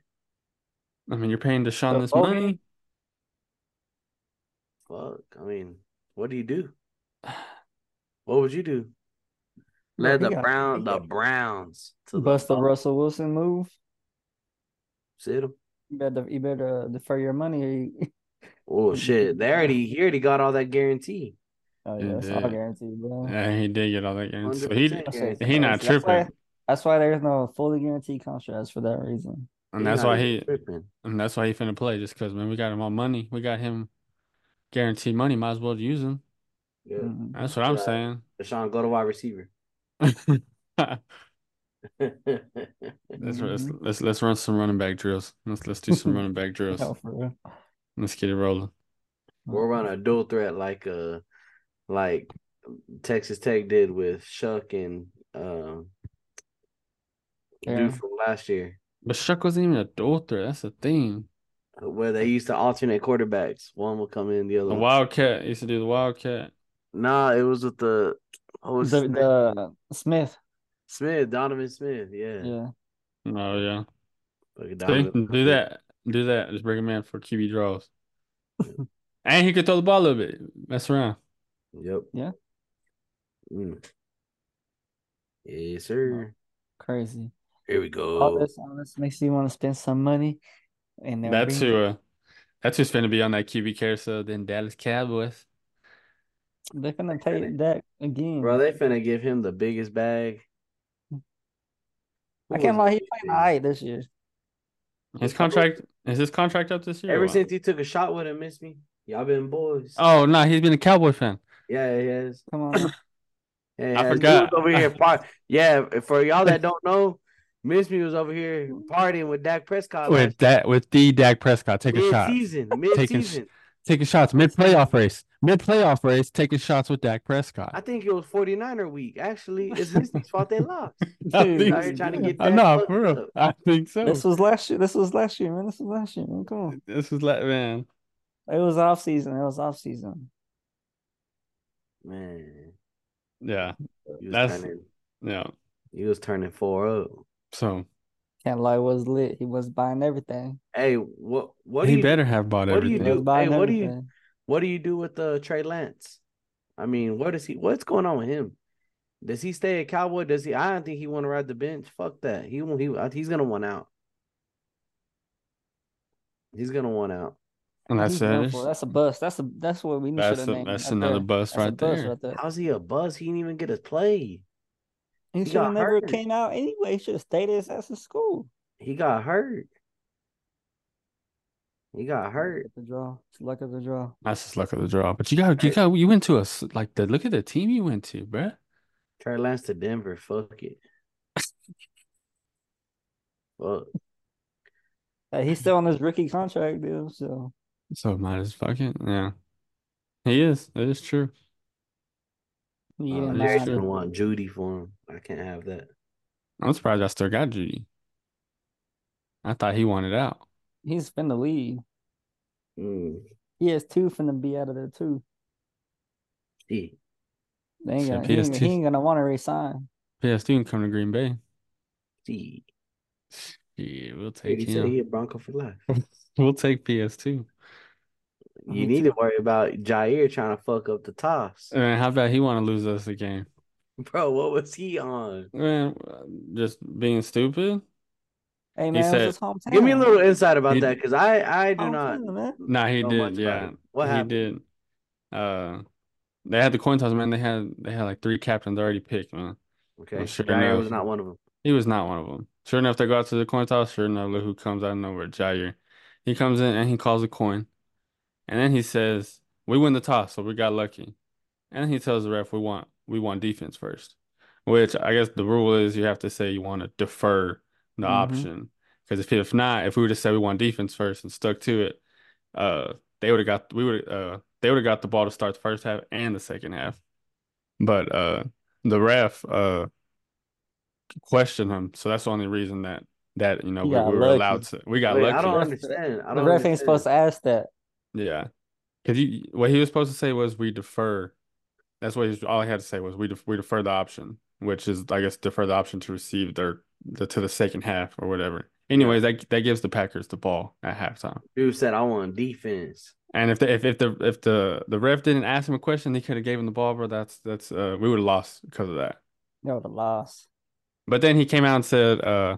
I mean, you're paying Deshaun
The
this
Bowman-
money.
Fuck. I mean, what do you do? What would you do?
Bro,
Led
he
the
got-
Brown
he
the
got-
Browns to the
bust the
bowl.
Russell Wilson move.
Sit him.
You better, you better uh, defer your money. Or you...
Oh shit. They already he already got all that guarantee.
Oh yeah, it's all
Yeah.
guaranteed, bro.
Yeah, he did get all that game. So he
100%
That's
guarantee.
what-
he
that's-
not
that's why-
tripping.
That's why there's no fully guaranteed contracts for that
He
reason.
and that's
not
why
even
he
tripping.
and that's why he finna play just because man, we got him on money. We got him guaranteed money. Might as well use him.
Yeah.
Mhm.
That's what I'm
Yeah.
saying.
Deshaun, go to wide receiver.
Let's, let's
Mhm.
let's let's run some running back drills. Let's let's do some running back drills.
No, for real.
Let's get it rolling.
We'll run a dual threat like uh like Texas Tech did with Shuck and um
Aaron.
dude from last year.
But Shuck wasn't even a dual threat. That's the thing.
Where they used to alternate quarterbacks. One would come in, the other
The
one.
Wildcat used to do the Wildcat.
Nah, it was with the oh was
The,
his name?
the Smith,
Smith, Donovan Smith. Yeah.
yeah,
Oh yeah.
Fucking
See?
Donovan
do
Smith.
that. Do that. Just bring him in for QB draws. and he could throw the ball a little bit. Mess around.
Yep.
Yeah.
Mm. Yes, sir.
crazy.
Here we go.
All this, all this makes you want to spend some money, and then
That's
bring-
who uh that's who's gonna be on that QB carousel then Dallas Cowboys.
They're gonna pay that again.
Bro, they finna give him the biggest bag.
I
Who was
can't lie,
it?
he played all right this year.
His contract is his contract up this year? or
Ever
what?
since he took a shot with him, miss me. Y'all been boys.
Oh no, he's been a Cowboy fan.
Yeah, he has.
Come on,
Yeah, he has.
I
He
forgot.
was over here. Par- yeah, for y'all that don't know, Miss Me was over here partying with Dak Prescott
With that with the Dak Prescott taking
mid
shots.
season. Mid season.
Taking shots mid playoff race. Mid playoff race, taking shots with Dak Prescott.
I think it was 49er week. Actually, it's Miss Me's fault they lost.
I
Dude,
think
Now you're trying to get
I
that
know
fucked
for
up.
real. I think so.
this was last year. This was last year, man. This was last year, man. Come on,
This was like man.
it was off season. It was off season.
Man,
Yeah.
he was
That's-
turning.
Yeah.
He was turning four oh. up.
So
Can't lie, it was lit. He was buying everything.
Hey, what? What do
he
you?
better have bought
what do you
He
everything.
was
do-
buying
hey, what do you-
everything.
What do you do with uh, Trey Lance? I mean, what is he? What's going on with him? Does he stay a cowboy? Does he? I don't think he want to ride the bench. Fuck that. He won't. He he's gonna want out. He's gonna want out.
And that's
He's done
it.
for. That's a bust. That's a that's what we should
That's
have
a,
named.
that's
right
another
there.
bust
That's a
right
bust
there.
right there.
How's he a buzz? He didn't even get his play.
He
He
should have
got
never
hurt.
came out anyway. He should have stayed his ass in school.
He got hurt. He got hurt.
At the draw. It's luck of the draw.
That's just luck of the draw. But you got you got you went to a s- like the look at the team you went to, bruh.
Trey Lance to Denver. Fuck it. Fuck.
Hey, he's still on his rookie contract deal, so
So might as fucking yeah. He is. That is true.
he
Uh,
didn't
that's
Larry's
mind.
true.
gonna want Judy for him. I can't have that.
I'm surprised I still got Judy. I thought he wanted out.
He's finna leave.
Mm.
He has two finna be out of there too.
Gee.
They ain't
Said
gonna, he, ain't,
PS2.
he ain't gonna want to resign.
PS2 can come to Green Bay.
Gee.
Yeah, we'll take
He said
him.
he a Bronco for life.
We'll take PS2.
You
Me
need to worry about Jair trying to fuck up the toss.
Man, how about he want to lose us a game?
Bro, what was he on?
Man, just being stupid.
Hey man,
said-
it was his hometown.
Give me a little insight about
He-
that because I I do
hometown,
not
man.
Nah, he
know
did.
much about
Yeah,
it. What
he
happened?
did. Uh, They had the coin toss, man. They had they had like three captains already picked, man.
Okay,
Well, sure
Jair
enough.
was not one of them.
He was not one of them. Sure enough, they go out to the coin toss. Sure enough, look who comes out of nowhere, Jair. He comes in and he calls a coin. And then he says, We win the toss, so we got lucky. And then he tells the ref we want we want defense first. Which I guess the rule is you have to say you want to defer the
Mhm.
option. Because if if not, if we would have said we want defense first and stuck to it, uh they would have got we would uh they would have got the ball to start the first half and the second half. But uh the ref uh questioned him. So that's the only reason that that you know
He
we,
got
we were
lucky.
allowed to we got
Wait,
lucky.
I don't
That's-
understand. I don't
The ref ain't
understand.
supposed to ask that.
Yeah. Cause you, what he was supposed to say was we defer. That's what he's all he had to say was we def, we defer the option, which is I guess defer the option to receive their the, to the second half or whatever. Anyways, that that gives the Packers the ball at halftime.
Dude said I want defense.
And if the if, if the if the the ref didn't ask him a question, he could have gave him the ball, bro. That's that's uh we would have lost because of that.
That would have lost.
But then he came out and said uh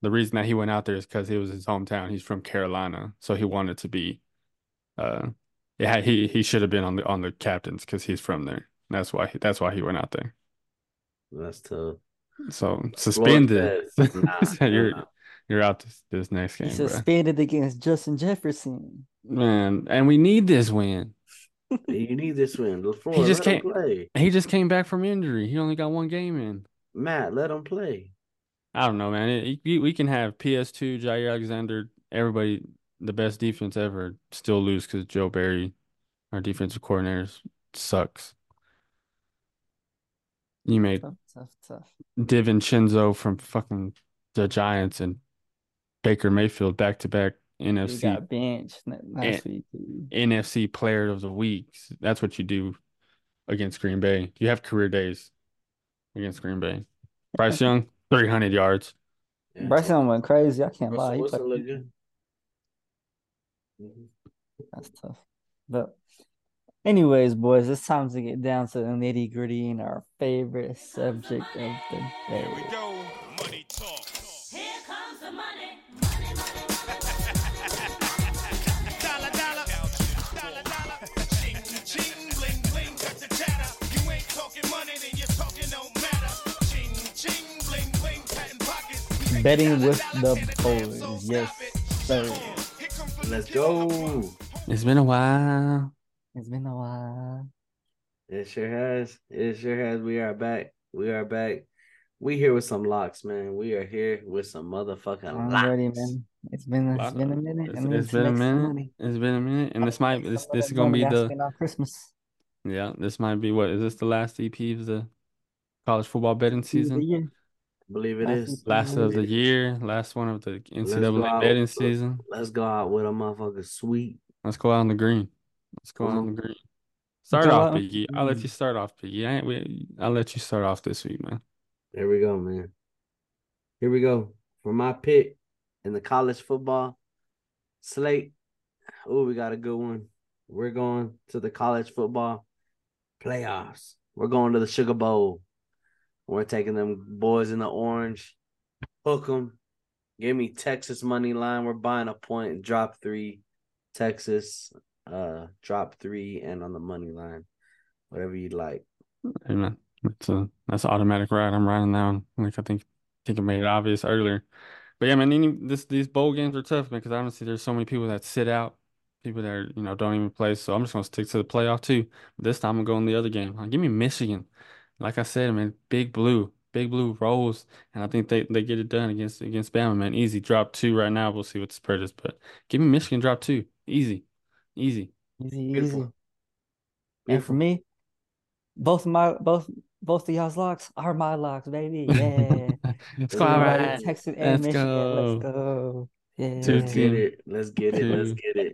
the reason that he went out there is because it was his hometown. He's from Carolina, so he wanted to be uh yeah, he he should have been on the on the captains because he's from there. That's why he, that's why he went out there.
That's tough.
So
Lord
suspended.
says, nah,
So
nah,
you're
nah.
you're out this, this next game,
He
bro.
suspended against Justin Jefferson.
Man, and we need this win.
You need this win. LaFleur,
He just
let him
can't-
play.
He just came back from injury. He only got one game in.
Matt, let him play.
I don't know, man. It, we, we can have PS2, Jair Alexander, everybody, the best defense ever, still lose because Joe Barry, our defensive coordinator, sucks. You made
Tough, tough, tough.
DiVincenzo from fucking the Giants and Baker Mayfield back to back
He
NFC
got benched n- last week. dude.
NFC Player of the Week. That's what you do against Green Bay. You have career days against Green Bay. Bryce Young, 300 yards.
Yeah.
Bryson went crazy. I can't
Russell
lie. He
Wilson
played-
look good. Mhm.
That's tough. But, anyways, boys, it's time to get down to the nitty gritty and our favorite subject of the
Here we
day.
go. Money talk.
Here comes the money.
Dollar, dollar. Dollar, dollar. Ching, ching, bling, bling. That's a chatter. You ain't talking money, then you're talking no matter. Ching, ching, bling, bling. Patent pockets. We take
Betting
dollar,
with
dollar
the
to damn soul,
boys.
stop
Yes,
it.
sir.
Here come from
Let's
the kid on the
go.
It's been a while.
It's been a while.
It sure has. It sure has. We are back. We are back. We here with some locks, man. We are here with some motherfucking locks.
I'm ready, man. It's been a, it's been a minute.
It's-
I mean,
it's
to
been a
make some
minute.
money.
It's been a minute, and this
Gotta
might
make
this
some
this
of
is
that
gonna
money
be
I
the
spent on Christmas
yeah this might be what is this the last EP of the college football betting
Season of the
season?
year.
I believe it
Last
is.
season.
Last of the
Believe it.
year, last one of the
go
NCAA
out.
betting season.
Let's go out with a motherfucking sweet.
Let's go out on the green. Let's go out on
Mhm.
the green. Start
go out on
off,
the
Biggie. I'll let
green.
you start off, Biggie. I ain't, we, I'll let you start off this week, man.
There we go, man. Here we go. For my pick in the college football slate. Oh, we got a good one. We're going to the college football playoffs. We're going to the Sugar Bowl. We're taking them boys in the orange. Hook 'em. Give me Texas money line. We're buying a point. Drop three. Texas, uh, drop three and on the money line. Whatever you like.
Hey, man, that's a that's an automatic ride. I'm riding that one. Like I think, think I made it obvious earlier. But yeah, man, any this these bowl games are tough, man. Because honestly, there's so many people that sit out, people that are, you know don't even play. So I'm just gonna stick to the playoff too. This time I'm going the other game. Like, give me Michigan. Like I said, man, Big Blue, Big Blue rolls, and I think they they get it done against against Bama, man. Easy drop two right now. We'll see what the spread is, but give me Michigan drop two. Easy, easy.
Easy,
Beautiful.
easy. And for me, both of my both both of y'all's locks are my locks, baby. Yeah.
Let's
Let's go, all
ride
right.
it.
Texas and
Let's
Michigan.
go.
Let's go. Yeah.
Two
Let's get
team.
it. Let's get it. Let's get it.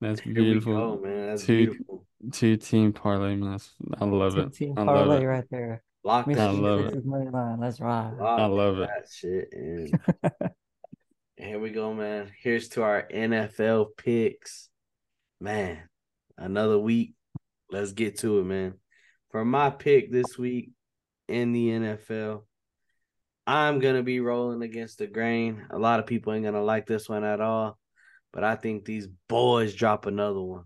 That's
Here
beautiful.
we go, man. That's
Two-
beautiful.
Two team parlay, man. That's- I love
Two
it.
team
I love
parlay
it.
right there.
Lock that
Michigan
love it.
shit.
Texas money line. Let's ride.
Lock
I love it.
that shit. in. here we go, man. Here's to our NFL picks. Man, another week. Let's get to it, man. For my pick this week in the NFL, I'm gonna be rolling against the grain. A lot of people ain't gonna like this one at all, but I think these boys drop another one.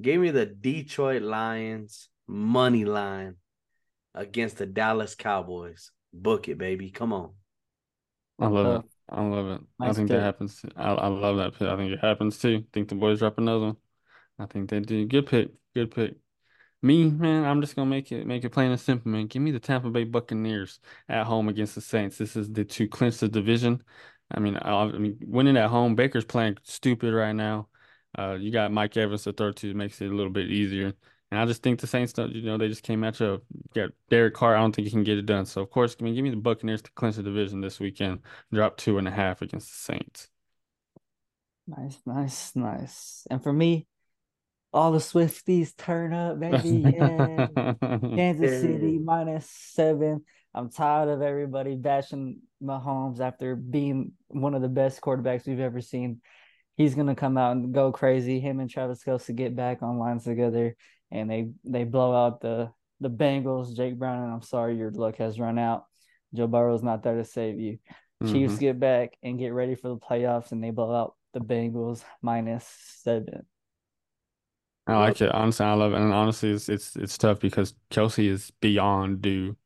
Give me the Detroit Lions money line against the Dallas Cowboys. Book it, baby. Come on.
I love
Uh,
it. I love it. I
nice
think that
pick.
happens. I, I love that pick. I think it happens too. Think the boys drop another one. I think they do. Good pick. Good pick. Me, man, I'm just gonna make it make it plain and simple, man. Give me the Tampa Bay Buccaneers at home against the Saints. This is the to clinch the division. I mean, I, I mean, winning at home, Baker's playing stupid right now. Uh, you got Mike Evans to throw to, makes it a little bit easier. And I just think the Saints, don't, you know, they just can't match up. You got Derek Carr. I don't think he can get it done. So of course, I mean, give me the Buccaneers to clinch the division this weekend drop two and a half against the Saints.
Nice, nice, nice. And for me, all the Swifties turn up, baby. Yeah. Kansas City
Yeah.
minus seven. I'm tired of everybody bashing Mahomes after being one of the best quarterbacks we've ever seen. He's gonna come out and go crazy. Him and Travis Kelce get back on lines together, and they they blow out the the Bengals. Jake Brown and I'm sorry, your luck has run out. Joe Burrow's not there to save you. Chiefs
Mhm.
get back and get ready for the playoffs, and they blow out the Bengals minus seven.
I like it. Honestly, I love it. And honestly, it's it's it's tough because Kelsey is beyond due.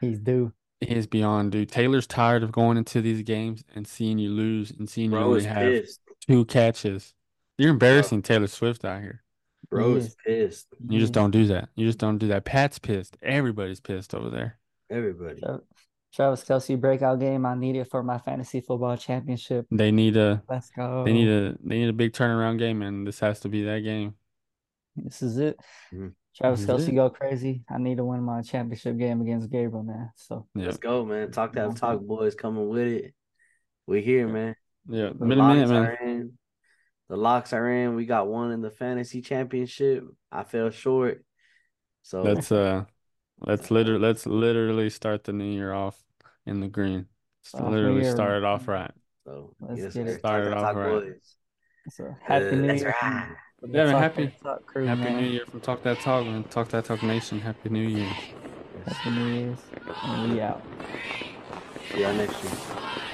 He's due.
He is beyond due. Taylor's tired of going into these games and seeing you lose and seeing you
Bro
only
is
have
pissed.
two catches. You're embarrassing Taylor Swift out here.
Bro
Yes.
is pissed.
You just
Yeah.
don't do that. You just don't do that. Pat's pissed. Everybody's pissed over there.
Everybody.
Tra- Travis Kelsey breakout game. I need it for my fantasy football championship.
They need a
Let's go.
they need a they need a big turnaround game, and this has to be that game.
This is it.
Mhm.
Travis
This is
Kelsey
it.
go crazy. I need to win my championship game against Gabriel, man. So
Yeah.
Let's go, man. Talk that talk, boys. Coming with it. We here, man.
Yeah.
The
Been a
locks
minute, man.
are in. The locks are in. We got one in the fantasy championship. I fell short. So
Let's uh let's liter let's literally start the new year off in the green. Let's
Off
literally
year.
start it off right.
so
Let's
yes,
get
sir.
it.
Talk
Started
that
off
talk,
right.
boys.
so happy
Uh,
new
let's
year.
ride.
from the
Devin,
Talk
happy-
That Talk crew,
Happy
man.
New Year from Talk That Talk, man. Talk That Talk Nation. Happy New Year.
Happy New Year's. And we out.
See y'all next year.